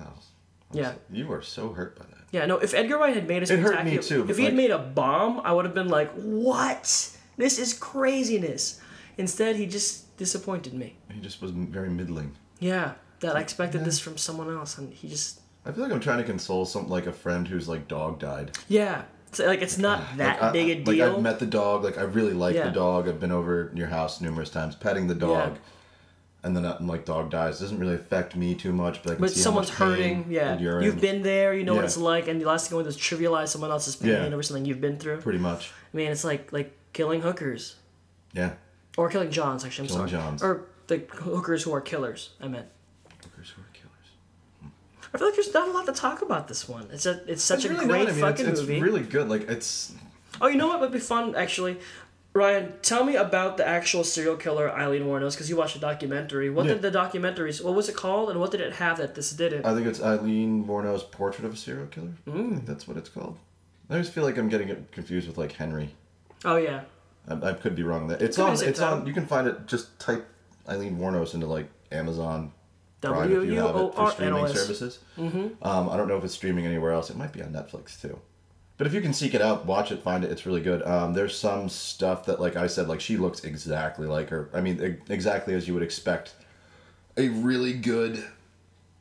[SPEAKER 1] yeah,
[SPEAKER 2] you were so hurt by that.
[SPEAKER 1] yeah. No, if Edgar Wright had made a
[SPEAKER 2] It hurt
[SPEAKER 1] spectacular,
[SPEAKER 2] me too,
[SPEAKER 1] if
[SPEAKER 2] but
[SPEAKER 1] he had
[SPEAKER 2] like-
[SPEAKER 1] made a bomb, I would have been like, what? This is craziness. Instead, he just disappointed me.
[SPEAKER 2] He just was very middling.
[SPEAKER 1] Yeah, that I expected this from someone else, and he just
[SPEAKER 2] I feel like I'm trying to console some like a friend whose like dog died.
[SPEAKER 1] yeah. It's like it's not that
[SPEAKER 2] like,
[SPEAKER 1] big
[SPEAKER 2] I,
[SPEAKER 1] a
[SPEAKER 2] like,
[SPEAKER 1] deal.
[SPEAKER 2] I've met the dog. Like I really like
[SPEAKER 1] Yeah.
[SPEAKER 2] the dog. I've been over your house numerous times, petting the dog, and then I'm like, dog dies. Doesn't really affect me too much, but I can
[SPEAKER 1] But
[SPEAKER 2] see
[SPEAKER 1] someone's
[SPEAKER 2] how much pain
[SPEAKER 1] hurting. Yeah,
[SPEAKER 2] and urine,
[SPEAKER 1] you've been there. You know what
[SPEAKER 2] Yeah.
[SPEAKER 1] it's like, and the last thing you want to do is trivialize someone else's pain
[SPEAKER 2] Yeah.
[SPEAKER 1] over something you've been through.
[SPEAKER 2] pretty much.
[SPEAKER 1] I mean, it's like like killing hookers
[SPEAKER 2] Yeah,
[SPEAKER 1] or killing Johns. Actually, I'm
[SPEAKER 2] Killing
[SPEAKER 1] sorry.
[SPEAKER 2] Johns.
[SPEAKER 1] Or the hookers who are killers. I meant.
[SPEAKER 2] hookers who are killers.
[SPEAKER 1] I feel like there's not a lot to talk about this one. It's a it's such
[SPEAKER 2] It's
[SPEAKER 1] a
[SPEAKER 2] really
[SPEAKER 1] great
[SPEAKER 2] not. I mean,
[SPEAKER 1] fucking
[SPEAKER 2] it's, it's
[SPEAKER 1] movie.
[SPEAKER 2] really good. Like it's
[SPEAKER 1] Oh, you know what would be fun actually. Ryan, tell me about the actual serial killer Eileen Warnos because you watched a documentary. What
[SPEAKER 2] Yeah. Uh,
[SPEAKER 1] did the documentaries? What was it called, and what did it have that this didn't?
[SPEAKER 2] I think it's Eileen Warno's Portrait of a Serial Killer. I think that's what it's called. I always feel like I'm getting it confused with like Henry.
[SPEAKER 1] oh yeah,
[SPEAKER 2] I, I could be wrong. There, it's
[SPEAKER 1] Who
[SPEAKER 2] on.
[SPEAKER 1] is it,
[SPEAKER 2] It's
[SPEAKER 1] though?
[SPEAKER 2] on. You can find it. Just type Eileen Warnos into like Amazon Prime if you have it for streaming
[SPEAKER 1] W-U-O-R-N-O-S.
[SPEAKER 2] services. Mm-hmm. Um, I don't know if it's streaming anywhere else. It might be on Netflix too. But if you can seek it out, watch it, find it. It's really good. Um, there's some stuff that, like I said, like she looks exactly like her. I mean, e- exactly as you would expect a really good,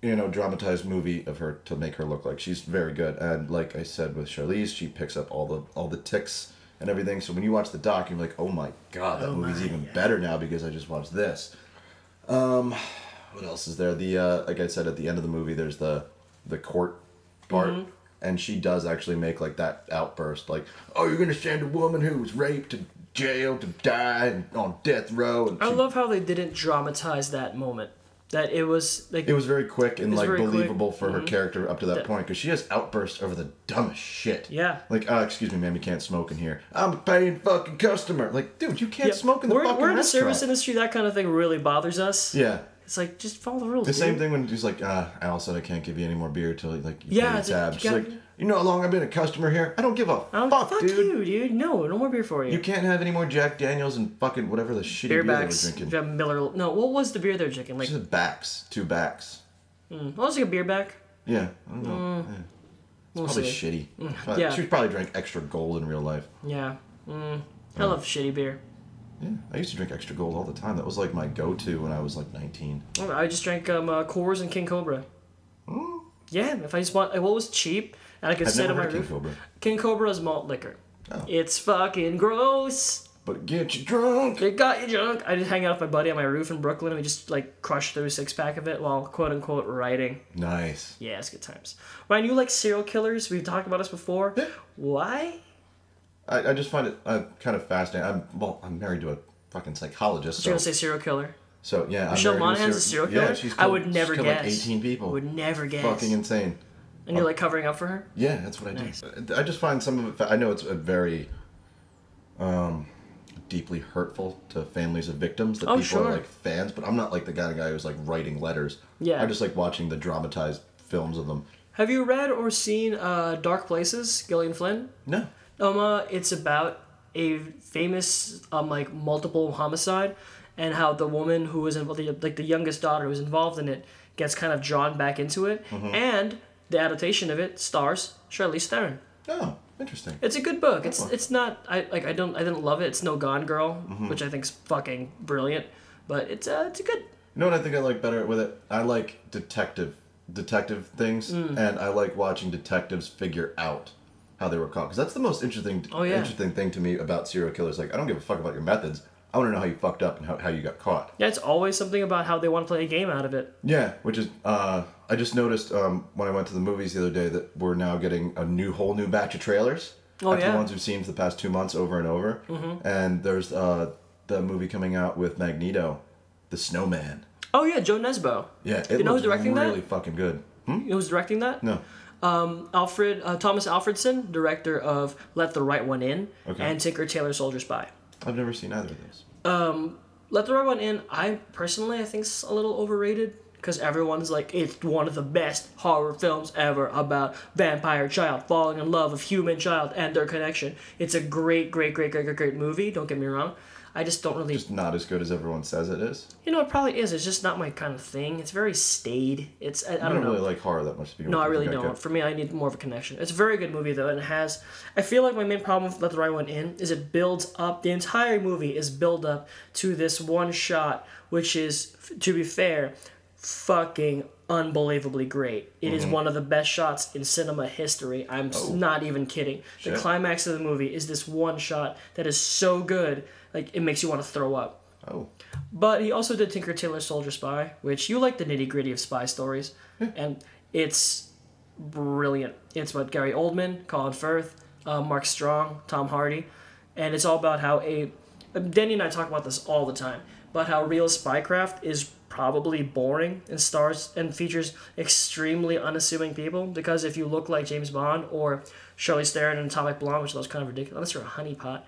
[SPEAKER 2] you know, dramatized movie of her to make her look like. She's very good, and like I said with Charlize, she picks up all the all the ticks and everything. So when you watch the doc, you're like, oh my god, that movie's even better now because I just watched this. Um, what else is there? The uh, like I said at the end of the movie, there's the the court part. And she does actually make like that outburst, like, "Oh, you're gonna send a woman who was raped to jail to die and on death row." And
[SPEAKER 1] I
[SPEAKER 2] she
[SPEAKER 1] love how they didn't dramatize that moment. That it was like
[SPEAKER 2] it was very quick and
[SPEAKER 1] was
[SPEAKER 2] like
[SPEAKER 1] very quick. Mm-hmm.
[SPEAKER 2] believable for her character up to that point because she has outbursts over the dumbest shit.
[SPEAKER 1] Yeah.
[SPEAKER 2] Like, uh, excuse me, ma'am, you can't smoke in here. I'm a paying fucking customer. Like, dude, you can't
[SPEAKER 1] Yep.
[SPEAKER 2] smoke in the
[SPEAKER 1] we're,
[SPEAKER 2] fucking
[SPEAKER 1] we're in the
[SPEAKER 2] restaurant.
[SPEAKER 1] service industry. That kind of thing really bothers us.
[SPEAKER 2] yeah.
[SPEAKER 1] It's like just follow the rules.
[SPEAKER 2] The same
[SPEAKER 1] dude.
[SPEAKER 2] thing when he's like, uh, Al said I can't give you any more beer till like you
[SPEAKER 1] Yeah,
[SPEAKER 2] pay the
[SPEAKER 1] it's like,
[SPEAKER 2] tab.
[SPEAKER 1] you
[SPEAKER 2] She's like,
[SPEAKER 1] gotta-
[SPEAKER 2] you know how long I've been a customer here? I don't give a
[SPEAKER 1] Oh,
[SPEAKER 2] fuck,
[SPEAKER 1] fuck,
[SPEAKER 2] dude. You.
[SPEAKER 1] you, dude. No, no more beer for you.
[SPEAKER 2] can't have any more Jack Daniels and fucking whatever the shitty beer
[SPEAKER 1] beer
[SPEAKER 2] they were
[SPEAKER 1] backs.
[SPEAKER 2] drinking.
[SPEAKER 1] yeah, Miller. No, what was the beer they're drinking? Like,
[SPEAKER 2] She said backs, two backs.
[SPEAKER 1] what was like a beer back?
[SPEAKER 2] Yeah, I don't know. Yeah.
[SPEAKER 1] Mm. We'll
[SPEAKER 2] Probably
[SPEAKER 1] see. Mm,
[SPEAKER 2] shitty. Probably-
[SPEAKER 1] yeah.
[SPEAKER 2] She was probably drank extra gold in real life.
[SPEAKER 1] Yeah. Mm. I love shitty beer.
[SPEAKER 2] Yeah, I used to drink extra gold all the time. That was like my go-to when I was like 19.
[SPEAKER 1] I don't know, I just drank um, uh, Coors and King Cobra. Yeah, if I just want, like, what was cheap and I could
[SPEAKER 2] Mm. I've
[SPEAKER 1] sit
[SPEAKER 2] never
[SPEAKER 1] on my
[SPEAKER 2] heard King
[SPEAKER 1] roof.
[SPEAKER 2] Cobra.
[SPEAKER 1] King Cobra is malt liquor.
[SPEAKER 2] Oh.
[SPEAKER 1] It's fucking gross.
[SPEAKER 2] But get you drunk.
[SPEAKER 1] It got you drunk. I just hang out with my buddy on my roof in Brooklyn and we just like crush through a six pack of it while quote unquote writing.
[SPEAKER 2] Nice.
[SPEAKER 1] Yeah, it's good times. Ryan, you like serial killers? We've talked about this before.
[SPEAKER 2] Yeah.
[SPEAKER 1] Why?
[SPEAKER 2] I, I just find it uh, kind of fascinating. I'm well, I'm married to a fucking
[SPEAKER 1] I
[SPEAKER 2] psychologist.
[SPEAKER 1] was
[SPEAKER 2] So,
[SPEAKER 1] gonna say serial killer.
[SPEAKER 2] so yeah, I'm
[SPEAKER 1] Michelle
[SPEAKER 2] married to
[SPEAKER 1] Monaghan's a serial killer.
[SPEAKER 2] Yeah, she's
[SPEAKER 1] I
[SPEAKER 2] killed-
[SPEAKER 1] would
[SPEAKER 2] she's
[SPEAKER 1] never
[SPEAKER 2] killed,
[SPEAKER 1] guess.
[SPEAKER 2] Like 18 people.
[SPEAKER 1] Would never guess.
[SPEAKER 2] Fucking insane.
[SPEAKER 1] and you're like covering up for her.
[SPEAKER 2] Yeah, that's what I do.
[SPEAKER 1] Nice.
[SPEAKER 2] I just find some of it. fa- I know it's a very um, deeply hurtful to families of victims that
[SPEAKER 1] Oh,
[SPEAKER 2] people
[SPEAKER 1] sure.
[SPEAKER 2] are like fans, but I'm not like the kind of guy who's like writing letters.
[SPEAKER 1] Yeah.
[SPEAKER 2] I just like watching the dramatized films of them.
[SPEAKER 1] Have you read or seen uh, Dark Places? Gillian Flynn.
[SPEAKER 2] No.
[SPEAKER 1] Um, uh, it's about a famous um like multiple homicide, and how the woman who was involved, the, like the youngest daughter who was involved in it, gets kind of drawn back into it, and the adaptation of it stars Charlize Theron.
[SPEAKER 2] Oh, interesting.
[SPEAKER 1] It's a good book. It's it's not I like I don't I didn't love it. It's no Gone Girl, which I think's fucking brilliant, but it's uh it's a good.
[SPEAKER 2] You know what I think I like better with it? I like detective detective things,
[SPEAKER 1] Mm.
[SPEAKER 2] and I like watching detectives figure out how they were caught because that's the most interesting
[SPEAKER 1] Oh, yeah.
[SPEAKER 2] interesting thing to me about serial killers. Like, I don't give a fuck about your methods. I want to know how you fucked up and how, how you got caught.
[SPEAKER 1] Yeah, it's always something about how they want to play a game out of it.
[SPEAKER 2] Yeah, which is uh, I just noticed um, when I went to the movies the other day that we're now getting a new whole new batch of trailers.
[SPEAKER 1] Oh,
[SPEAKER 2] After
[SPEAKER 1] yeah. Mm-hmm.
[SPEAKER 2] the ones we've seen for the past two months over and over. And there's uh, the movie coming out with Magneto, The Snowman.
[SPEAKER 1] Oh yeah, Joe Nesbo.
[SPEAKER 2] Yeah, it
[SPEAKER 1] you know who's
[SPEAKER 2] looks
[SPEAKER 1] directing
[SPEAKER 2] really fucking good.
[SPEAKER 1] that? You know who's directing that?
[SPEAKER 2] No,
[SPEAKER 1] Alfred uh, Thomas Alfredson, director of Let the Right One In
[SPEAKER 2] Okay.
[SPEAKER 1] and Tinker Tailor Soldier Spy.
[SPEAKER 2] I've never seen either of those.
[SPEAKER 1] Let the Right One In, I personally I think's a little overrated because everyone's like it's one of the best horror films ever about vampire child falling in love with human child and their connection. It's a great, great, great, great, great, great movie. Don't get me wrong. I just don't really,
[SPEAKER 2] It's not as good as everyone says it is.
[SPEAKER 1] you know, it probably is. It's just not my kind of thing. It's very staid. It's I, I
[SPEAKER 2] I
[SPEAKER 1] don't
[SPEAKER 2] don't
[SPEAKER 1] know.
[SPEAKER 2] really like horror that much. To be
[SPEAKER 1] No, I
[SPEAKER 2] honest.
[SPEAKER 1] really
[SPEAKER 2] Okay,
[SPEAKER 1] don't.
[SPEAKER 2] good.
[SPEAKER 1] For me, I need more of a connection. It's a very good movie though, and it has. I feel like my main problem with Let the Right One In is it builds up. The entire movie is build up to this one shot, which is, f- to be fair, fucking unbelievably great. It
[SPEAKER 2] Mm-hmm.
[SPEAKER 1] is one of the best shots in cinema history. I'm s not even kidding. The
[SPEAKER 2] Oh. Shit.
[SPEAKER 1] climax of the movie is this one shot that is so good, like it makes you want to throw up.
[SPEAKER 2] Oh,
[SPEAKER 1] But he also did Tinker Tailor Soldier Spy, which you like the nitty gritty of spy stories, and it's brilliant. It's about Gary Oldman, Colin Firth, uh, Mark Strong, Tom Hardy, and it's all about how a Denny and I talk about this all the time, but how real spycraft is probably boring and stars and features extremely unassuming people because if you look like James Bond or Charlize Theron in Atomic Blonde, which was kind of ridiculous, unless you're a honeypot,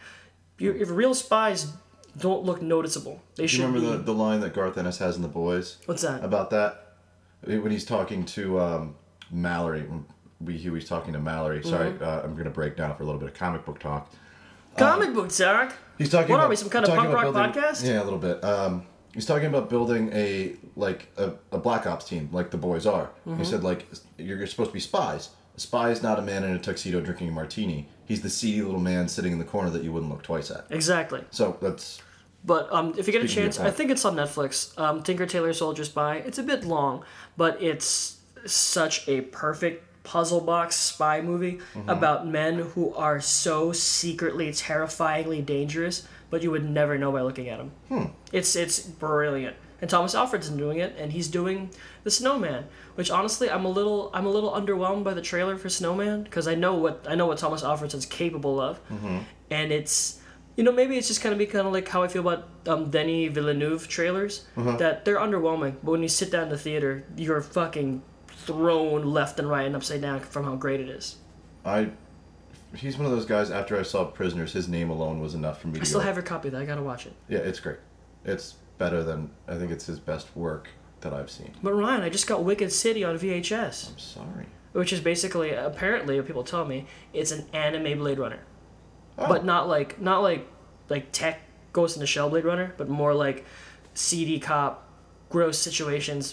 [SPEAKER 1] you, if real spies don't look noticeable, they
[SPEAKER 2] do you
[SPEAKER 1] should be.
[SPEAKER 2] remember the, the line that Garth Ennis has in The Boys?
[SPEAKER 1] What's that?
[SPEAKER 2] about that It- when he's talking to um, Mallory. when We he was talking to Mallory. Sorry,
[SPEAKER 1] Mm-hmm.
[SPEAKER 2] uh, I'm gonna break down for a little bit of comic book talk.
[SPEAKER 1] Comic book talk.
[SPEAKER 2] He's talking.
[SPEAKER 1] What are
[SPEAKER 2] about,
[SPEAKER 1] we, some kind of
[SPEAKER 2] talking
[SPEAKER 1] punk
[SPEAKER 2] about
[SPEAKER 1] rock
[SPEAKER 2] building-
[SPEAKER 1] podcast?
[SPEAKER 2] Yeah, a little bit. Um, he's talking about building a like a, a black ops team like the boys are
[SPEAKER 1] Mm-hmm.
[SPEAKER 2] he said like you're, you're supposed to be spies a spy is not a man in a tuxedo drinking a martini he's the seedy little man sitting in the corner that you wouldn't look twice at
[SPEAKER 1] Exactly.
[SPEAKER 2] so that's
[SPEAKER 1] But um, if you get a
[SPEAKER 2] Speaking of
[SPEAKER 1] chance,
[SPEAKER 2] that.
[SPEAKER 1] I think it's on Netflix. Um, Tinker Tailor Soldier Spy. It's a bit long, but it's such a perfect puzzle box spy movie
[SPEAKER 2] Mm-hmm.
[SPEAKER 1] about men who are so secretly terrifyingly dangerous, but you would never know by looking at them.
[SPEAKER 2] Hmm.
[SPEAKER 1] It's it's brilliant. And Thomas Alfred's doing it, and he's doing the Snowman, which honestly I'm a little I'm a little underwhelmed by the trailer for Snowman because I know what I know what Thomas Alfredson's capable of, and it's you know maybe it's just gonna be kind of like how I feel about um, Denny Villeneuve trailers
[SPEAKER 2] Uh-huh.
[SPEAKER 1] that they're underwhelming, but when you sit down in the theater, you're fucking thrown left and right and upside down from how great it is.
[SPEAKER 2] i he's one of those guys after i saw prisoners his name alone was enough for me to
[SPEAKER 1] I still
[SPEAKER 2] go,
[SPEAKER 1] have your copy though. I gotta watch it.
[SPEAKER 2] yeah it's great it's better than i think it's his best work that i've seen
[SPEAKER 1] But Ryan, I just got Wicked City on VHS.
[SPEAKER 2] i'm sorry
[SPEAKER 1] which is basically apparently what people tell me it's an anime Blade Runner,
[SPEAKER 2] Oh.
[SPEAKER 1] but not like not like like tech Ghost in the Shell Blade Runner, but more like seedy cop, gross situations,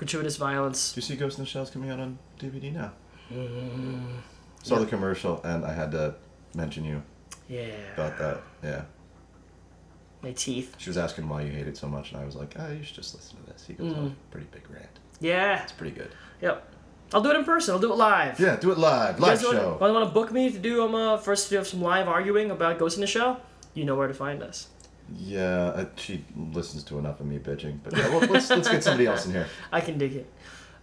[SPEAKER 1] gratuitous violence.
[SPEAKER 2] Do you see Ghost in the Shell's coming out on DVD now?
[SPEAKER 1] Mm-hmm.
[SPEAKER 2] Saw the commercial and I had to mention you
[SPEAKER 1] Yeah,
[SPEAKER 2] about that. Yeah.
[SPEAKER 1] my teeth.
[SPEAKER 2] She was asking why you hate it so much, and I was like, ah, you should just listen to this. He goes
[SPEAKER 1] Mm.
[SPEAKER 2] on a pretty big rant.
[SPEAKER 1] Yeah,
[SPEAKER 2] It's pretty good.
[SPEAKER 1] yep. I'll do it in person. I'll do it live.
[SPEAKER 2] Yeah, do it live.
[SPEAKER 1] You
[SPEAKER 2] Live
[SPEAKER 1] guys
[SPEAKER 2] show.
[SPEAKER 1] want, want to book me to do um uh, first to do some live arguing about Ghost in the Shell? You know where to find us.
[SPEAKER 2] Yeah, uh, she listens to enough of me bitching. But yeah, well, let's, let's get somebody else in here.
[SPEAKER 1] I can dig it.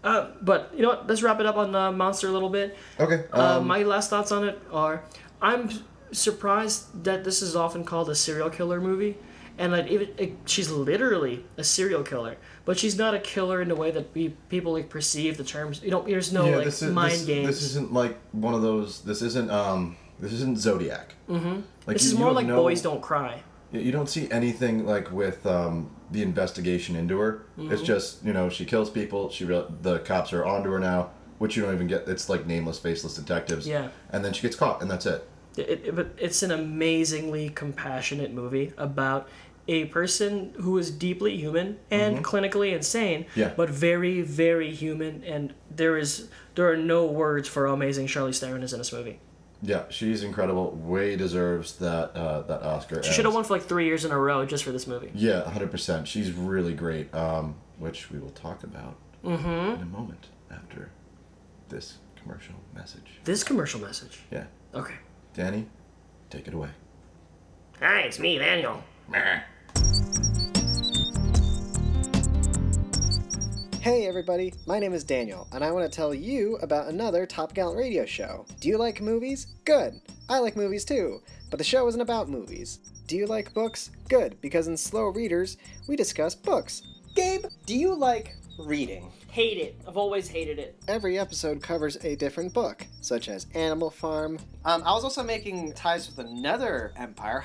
[SPEAKER 1] Uh, but you know what? Let's wrap it up on uh, Monster a little bit.
[SPEAKER 2] Okay.
[SPEAKER 1] Uh,
[SPEAKER 2] Um,
[SPEAKER 1] my last thoughts on it are I'm surprised that this is often called a serial killer movie. And like, even, it, she's literally a serial killer, but she's not a killer in the way that we people like perceive the terms. You don't. There's no
[SPEAKER 2] yeah,
[SPEAKER 1] like
[SPEAKER 2] this, is,
[SPEAKER 1] mind
[SPEAKER 2] this,
[SPEAKER 1] games.
[SPEAKER 2] this isn't like one of those. This isn't um. This isn't Zodiac. Mm-hmm. Like
[SPEAKER 1] This
[SPEAKER 2] you-
[SPEAKER 1] is
[SPEAKER 2] you
[SPEAKER 1] more
[SPEAKER 2] don't
[SPEAKER 1] like
[SPEAKER 2] know-
[SPEAKER 1] boys don't cry.
[SPEAKER 2] Yeah, You don't see anything like with um, the investigation into her.
[SPEAKER 1] Mm-hmm.
[SPEAKER 2] It's just you know she kills people. She real the cops are onto her now, which you don't even get. It's like nameless, faceless detectives.
[SPEAKER 1] Yeah.
[SPEAKER 2] And then she gets caught, and that's it.
[SPEAKER 1] It, it, but it's an amazingly compassionate movie about a person who is deeply human and clinically insane,
[SPEAKER 2] Yeah.
[SPEAKER 1] but very, very human. And there is there are no words for how amazing Charlize Theron is in this movie.
[SPEAKER 2] Yeah, she's incredible. Way deserves that uh, that Oscar.
[SPEAKER 1] She should have won for like three years in a row just for this movie.
[SPEAKER 2] Yeah, hundred percent. She's really great. Um, which we will talk about
[SPEAKER 1] Mm-hmm.
[SPEAKER 2] in a moment after this commercial message.
[SPEAKER 1] This commercial message.
[SPEAKER 2] Yeah,
[SPEAKER 1] Okay.
[SPEAKER 2] Danny, take it away.
[SPEAKER 1] Hi, it's me, Daniel.
[SPEAKER 3] Hey everybody, my name is Daniel, and I want to tell you about another Top Gallant radio show. Do you like movies? Good! I like movies too, but the show isn't about movies. Do you like books? Good, because in Slow Readers, we discuss books. Gabe, do you like reading?
[SPEAKER 1] Hate it. I've always hated it.
[SPEAKER 3] Every episode covers a different book, such as Animal Farm. Um, I was also making ties with another empire.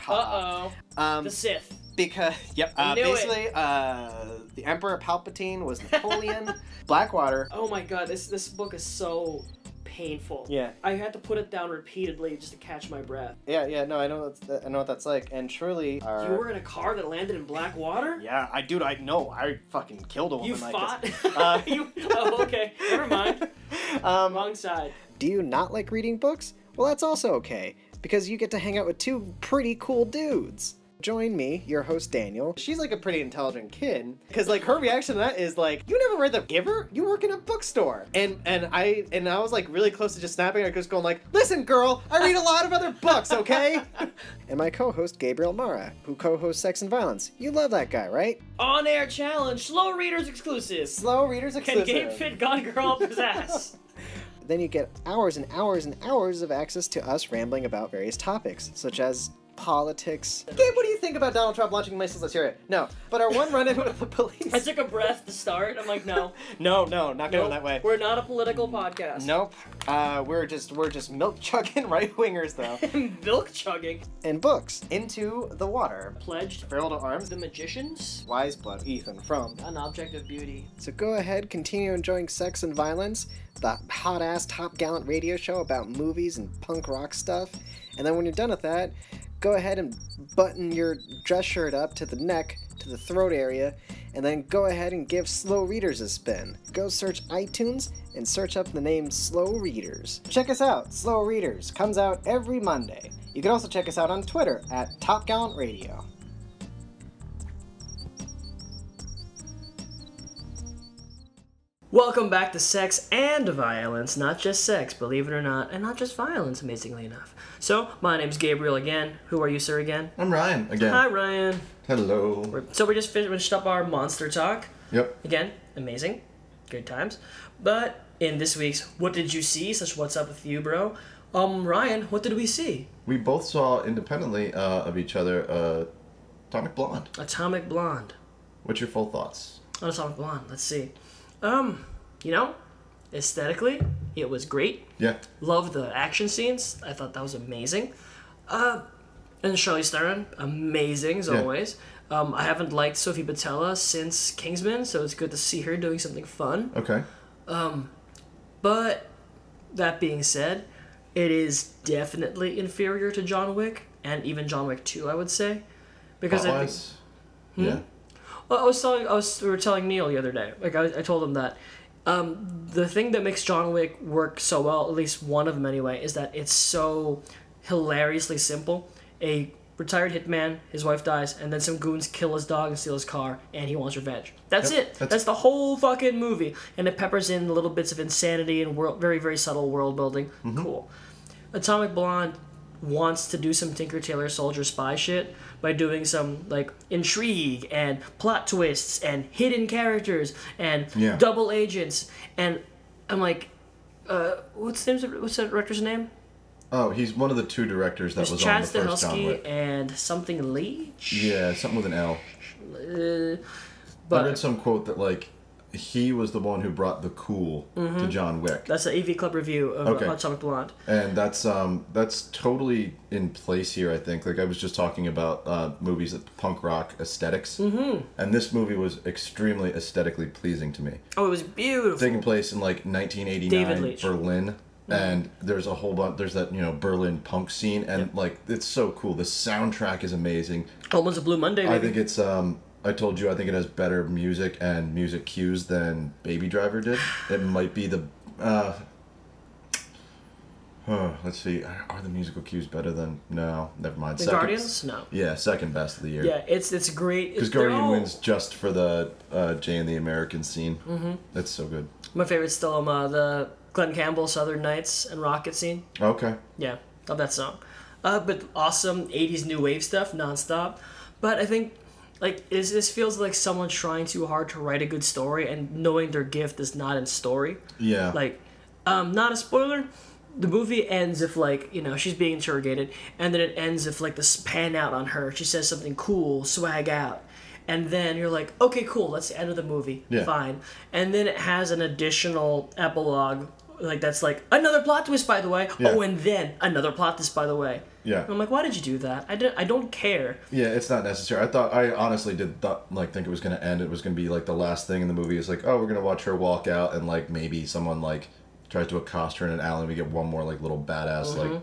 [SPEAKER 3] Um,
[SPEAKER 1] Sith.
[SPEAKER 3] because yep,
[SPEAKER 1] I
[SPEAKER 3] uh,
[SPEAKER 1] knew it.
[SPEAKER 3] basically, uh, the Emperor Palpatine was Napoleon. Blackwater.
[SPEAKER 1] Oh my god, this this book is so painful.
[SPEAKER 3] Yeah.
[SPEAKER 1] I had to put it down repeatedly just to catch my breath.
[SPEAKER 3] Yeah, yeah, no, I know that's, I know what that's like, and truly, our...
[SPEAKER 1] You were in a car that landed in black water?
[SPEAKER 3] yeah, I dude, I know, I fucking killed a woman
[SPEAKER 1] You
[SPEAKER 3] like
[SPEAKER 1] fought?
[SPEAKER 3] Uh,
[SPEAKER 1] you, oh, okay. Never mind.
[SPEAKER 3] this. Um,
[SPEAKER 1] Wrong side.
[SPEAKER 3] do you not like reading books? Well, that's also okay, because you get to hang out with two pretty cool dudes. Join me, your host Daniel. She's like a pretty intelligent kid, because like her reaction to that is like, "You never read The Giver? You work in a bookstore." And and I and I was like really close to just snapping. I was just going like, "Listen, girl, I read a lot of other books, okay?" and my co-host Gabriel Mara, who co-hosts Sex and Violence. You love that guy, right?
[SPEAKER 1] On air challenge, slow readers exclusive.
[SPEAKER 3] Slow readers
[SPEAKER 1] Can
[SPEAKER 3] exclusive.
[SPEAKER 1] Gabe fit God Girl up his ass?
[SPEAKER 3] then you get hours and hours and hours of access to us rambling about various topics, such as politics. Gabe, what do you think about Donald Trump launching missiles at Syria? No, but our one run-in with the
[SPEAKER 1] I
[SPEAKER 3] police.
[SPEAKER 1] took a breath to start. I'm like, no.
[SPEAKER 3] No, no, not
[SPEAKER 1] Nope, We're not a political podcast.
[SPEAKER 3] Nope. Uh, we're just we're just milk chugging right wingers though.
[SPEAKER 1] Milk chugging.
[SPEAKER 3] and books into the water.
[SPEAKER 1] Pledged
[SPEAKER 3] Feral to arms.
[SPEAKER 1] the magicians.
[SPEAKER 3] Wise blood, Ethan from.
[SPEAKER 1] An object of beauty.
[SPEAKER 3] So go ahead, continue enjoying Sex and Violence, the hot ass Top Gallant radio show about movies and punk rock stuff. And then when you're done with that, go ahead and button your dress shirt up to the neck, to the throat area, and then go ahead and give Slow Readers a spin. Go search iTunes and search up the name Slow Readers. Check us out, Slow Readers comes out every Monday. You can also check us out on Twitter at Top Gallant Radio.
[SPEAKER 1] Welcome back to Sex and Violence, not just sex, believe it or not, and not just violence, amazingly enough. So, my name's Gabriel again. Who are you, sir, again?
[SPEAKER 3] Hmm.
[SPEAKER 2] I'm Ryan again.
[SPEAKER 1] Hi, Ryan.
[SPEAKER 2] Hello.
[SPEAKER 1] We're- So, we just finished up our monster talk.
[SPEAKER 2] Yep.
[SPEAKER 1] Again, amazing. Good times. But in this week's What Did You See? Such What's Up With You, Bro? Um, Ryan, what did we see?
[SPEAKER 2] We both saw independently uh, of each other uh, Atomic Blonde.
[SPEAKER 1] Atomic Blonde.
[SPEAKER 2] What's your full thoughts?
[SPEAKER 1] on Atomic Blonde. Let's see. Um, you know, aesthetically, it was great.
[SPEAKER 2] Yeah.
[SPEAKER 1] Loved the action scenes. I thought that was amazing. Uh, and Charlize Theron, amazing as
[SPEAKER 2] Yeah.
[SPEAKER 1] always. Um, I haven't liked Sophie Batella since Kingsman, so it's good to see her doing something fun.
[SPEAKER 2] Okay.
[SPEAKER 1] But that being said, it is definitely inferior to John Wick and even John Wick Two, I would say, because I Hmm? think,
[SPEAKER 2] Plot-wise? Yeah.
[SPEAKER 1] Well, I was telling I was we were telling Neil the other day. Like I, I told him that um, the thing that makes John Wick work so well, at least one of them anyway, is that it's so hilariously simple. A retired hitman, his wife dies, and then some goons kill his dog and steal his car, and he wants revenge. That's
[SPEAKER 2] Yep,
[SPEAKER 1] it.
[SPEAKER 2] that's-
[SPEAKER 1] That's, the whole fucking movie, and it peppers in little bits of insanity and world, very very subtle world building. Cool. Atomic Blonde wants to do some Tinker Tailor Soldier spy shit by doing some like intrigue and plot twists and hidden characters and
[SPEAKER 2] Yeah.
[SPEAKER 1] double agents and I'm like, uh, what's the name's what's the director's name?
[SPEAKER 2] Oh, he's one of the two directors that
[SPEAKER 1] It's
[SPEAKER 2] was
[SPEAKER 1] Chad
[SPEAKER 2] on the first John
[SPEAKER 1] Stahelski
[SPEAKER 2] Wick.
[SPEAKER 1] and something Leach.
[SPEAKER 2] Yeah, something with an L.
[SPEAKER 1] Uh,
[SPEAKER 2] I read
[SPEAKER 1] but
[SPEAKER 2] some quote that like he was the one who brought the cool
[SPEAKER 1] Mm-hmm.
[SPEAKER 2] to John Wick,
[SPEAKER 1] that's the AV Club review of
[SPEAKER 2] Okay.
[SPEAKER 1] Atomic Blonde.
[SPEAKER 2] and that's um that's totally in place here. I think like I was just talking about uh, movies that punk rock esthetics mm-hmm. and this movie was extremely aesthetically pleasing to me.
[SPEAKER 1] Oh, it was beautiful.
[SPEAKER 2] Taking place in like
[SPEAKER 1] David
[SPEAKER 2] 1989
[SPEAKER 1] Leitch. Mm-hmm.
[SPEAKER 2] Berlin. And there's a whole bunch. There's that you know Berlin punk scene, and like it's so cool. The soundtrack is amazing.
[SPEAKER 1] Almost a Blue Monday. Baby.
[SPEAKER 2] I think it's um I told you I think it has better music and music cues than Baby Driver did. It might be the uh huh, let's see. Are the musical cues better than no, never mind.
[SPEAKER 1] the Guardians. No.
[SPEAKER 2] Yeah, second best of the year.
[SPEAKER 1] Yeah, it's it's great.
[SPEAKER 2] Because
[SPEAKER 1] It's- they're
[SPEAKER 2] Guardian
[SPEAKER 1] all-
[SPEAKER 2] wins just for the uh, Jay and the American scene. Mm-hmm. That's so good.
[SPEAKER 1] My favorite's still um, uh, the Glenn Campbell Southern Nights and Rocket scene.
[SPEAKER 2] Okay.
[SPEAKER 1] Yeah, love that song. Uh, but awesome 80s new wave stuff nonstop. But I think like is this feels like someone trying too hard to write a good story and knowing their gift is not in story.
[SPEAKER 2] Yeah.
[SPEAKER 1] Like, um, not a spoiler. The movie ends if like you know she's being interrogated, and then it ends if like this pan out on her. She says something cool, swag out, and then you're like, okay, cool. That's the end of the movie.
[SPEAKER 2] Yeah.
[SPEAKER 1] Fine. And then it has an additional epilogue, like that's like another plot twist, by the way.
[SPEAKER 2] Yeah.
[SPEAKER 1] Oh, and then another plot twist, by the way.
[SPEAKER 2] Yeah.
[SPEAKER 1] And I'm like, why did you do that? I don't. I don't care.
[SPEAKER 2] Yeah, it's not necessary. I thought I honestly did thought like think it was gonna end. It was gonna be like the last thing in the movie is like, oh, we're gonna watch her walk out and like maybe someone like tries to accost her in an alley. and We get one more like little badass like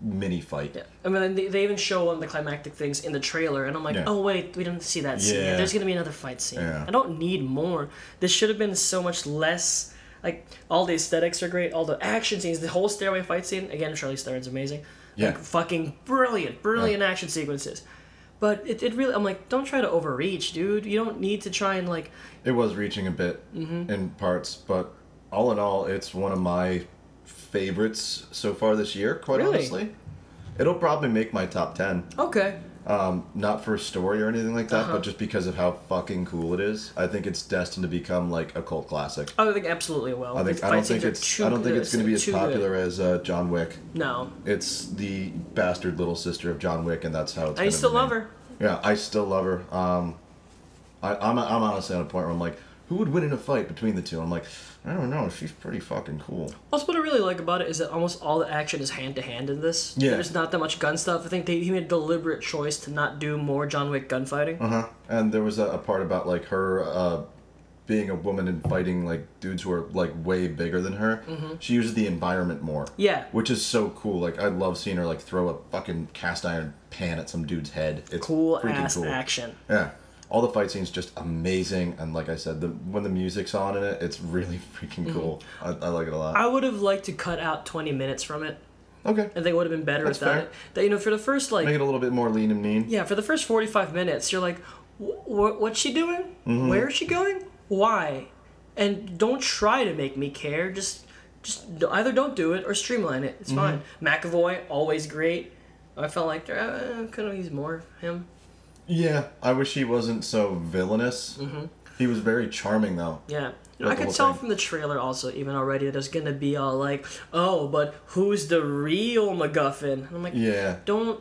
[SPEAKER 2] mini fight. Yeah.
[SPEAKER 1] I mean, they, they even show one of the climactic things in the trailer, and I'm like,
[SPEAKER 2] Yeah.
[SPEAKER 1] oh wait, we didn't see that scene. yet.
[SPEAKER 2] Yeah.
[SPEAKER 1] There's gonna be another fight scene.
[SPEAKER 2] Yeah.
[SPEAKER 1] I don't need more. This should have been so much less. Like all the aesthetics are great, all the action scenes, the whole stairway fight scene. Again, Charlie Theron's amazing.
[SPEAKER 2] Yeah.
[SPEAKER 1] Like fucking brilliant, brilliant action sequences. But it, it really, I'm like, don't try to overreach, dude. You don't need to try and like
[SPEAKER 2] It was reaching a bit in parts, but all in all, it's one of my favorites so far this year. Quite
[SPEAKER 1] Really?
[SPEAKER 2] honestly, it'll probably make my top ten.
[SPEAKER 1] okay,
[SPEAKER 2] um, not for story or anything like that, but just because of how fucking cool it is. I think it's destined to become like a cult classic.
[SPEAKER 1] I think absolutely well.
[SPEAKER 2] I think I don't think it's I don't think it's going to be as popular as uh, John Wick.
[SPEAKER 1] No,
[SPEAKER 2] It's the bastard little sister of John Wick, and that's how it's.
[SPEAKER 1] I
[SPEAKER 2] gonna
[SPEAKER 1] still love
[SPEAKER 2] remain.
[SPEAKER 1] her.
[SPEAKER 2] Yeah, I still love her. Um, I, I'm I'm honestly at a point where I'm like, who would win in a fight between the two? I'm like, I don't know. She's pretty fucking cool.
[SPEAKER 1] Also, what I really like about it is that almost all the action is hand to hand in this.
[SPEAKER 2] Yeah.
[SPEAKER 1] There's not that much gun stuff. I think they, he made a deliberate choice to not do more John Wick gunfighting.
[SPEAKER 2] Uh huh. And there was a, a part about like her uh, being a woman and fighting like dudes who are like way bigger than her. She uses the environment more.
[SPEAKER 1] Mm-hmm. Yeah.
[SPEAKER 2] Which is so cool. Like I love seeing her like throw a fucking cast iron pan at some dude's head. It's
[SPEAKER 1] Cool
[SPEAKER 2] freaking
[SPEAKER 1] ass
[SPEAKER 2] cool.
[SPEAKER 1] action.
[SPEAKER 2] Yeah. all the fight scenes just amazing, and like I said, the when the music's on in it, it's really
[SPEAKER 1] Mm-hmm.
[SPEAKER 2] freaking cool. I, I like it a lot.
[SPEAKER 1] I would have liked to cut out 20 minutes from it.
[SPEAKER 2] Okay,
[SPEAKER 1] I think it would have been better
[SPEAKER 2] That's
[SPEAKER 1] without
[SPEAKER 2] fair.
[SPEAKER 1] it. That you know, for the first like
[SPEAKER 2] make it a little bit more lean and mean.
[SPEAKER 1] yeah, for the first 45 minutes, you're like, "Wh- wh- what's she doing?
[SPEAKER 2] Mm-hmm.
[SPEAKER 1] Where is she going? Why? And don't try to make me care. Just, just d- either don't do it or streamline it. It's
[SPEAKER 2] Mm-hmm.
[SPEAKER 1] fine. McAvoy always great. I felt like uh, could have used more of him.
[SPEAKER 2] Yeah, I wish he wasn't so villainous.
[SPEAKER 1] Mm-hmm.
[SPEAKER 2] He was very charming though.
[SPEAKER 1] Yeah.
[SPEAKER 2] the
[SPEAKER 1] I could
[SPEAKER 2] whole
[SPEAKER 1] tell
[SPEAKER 2] thing.
[SPEAKER 1] from the trailer also, even already, that it's gonna be all like, "Oh, but who's the real MacGuffin?" And I'm like,
[SPEAKER 2] Yeah,
[SPEAKER 1] "Don't,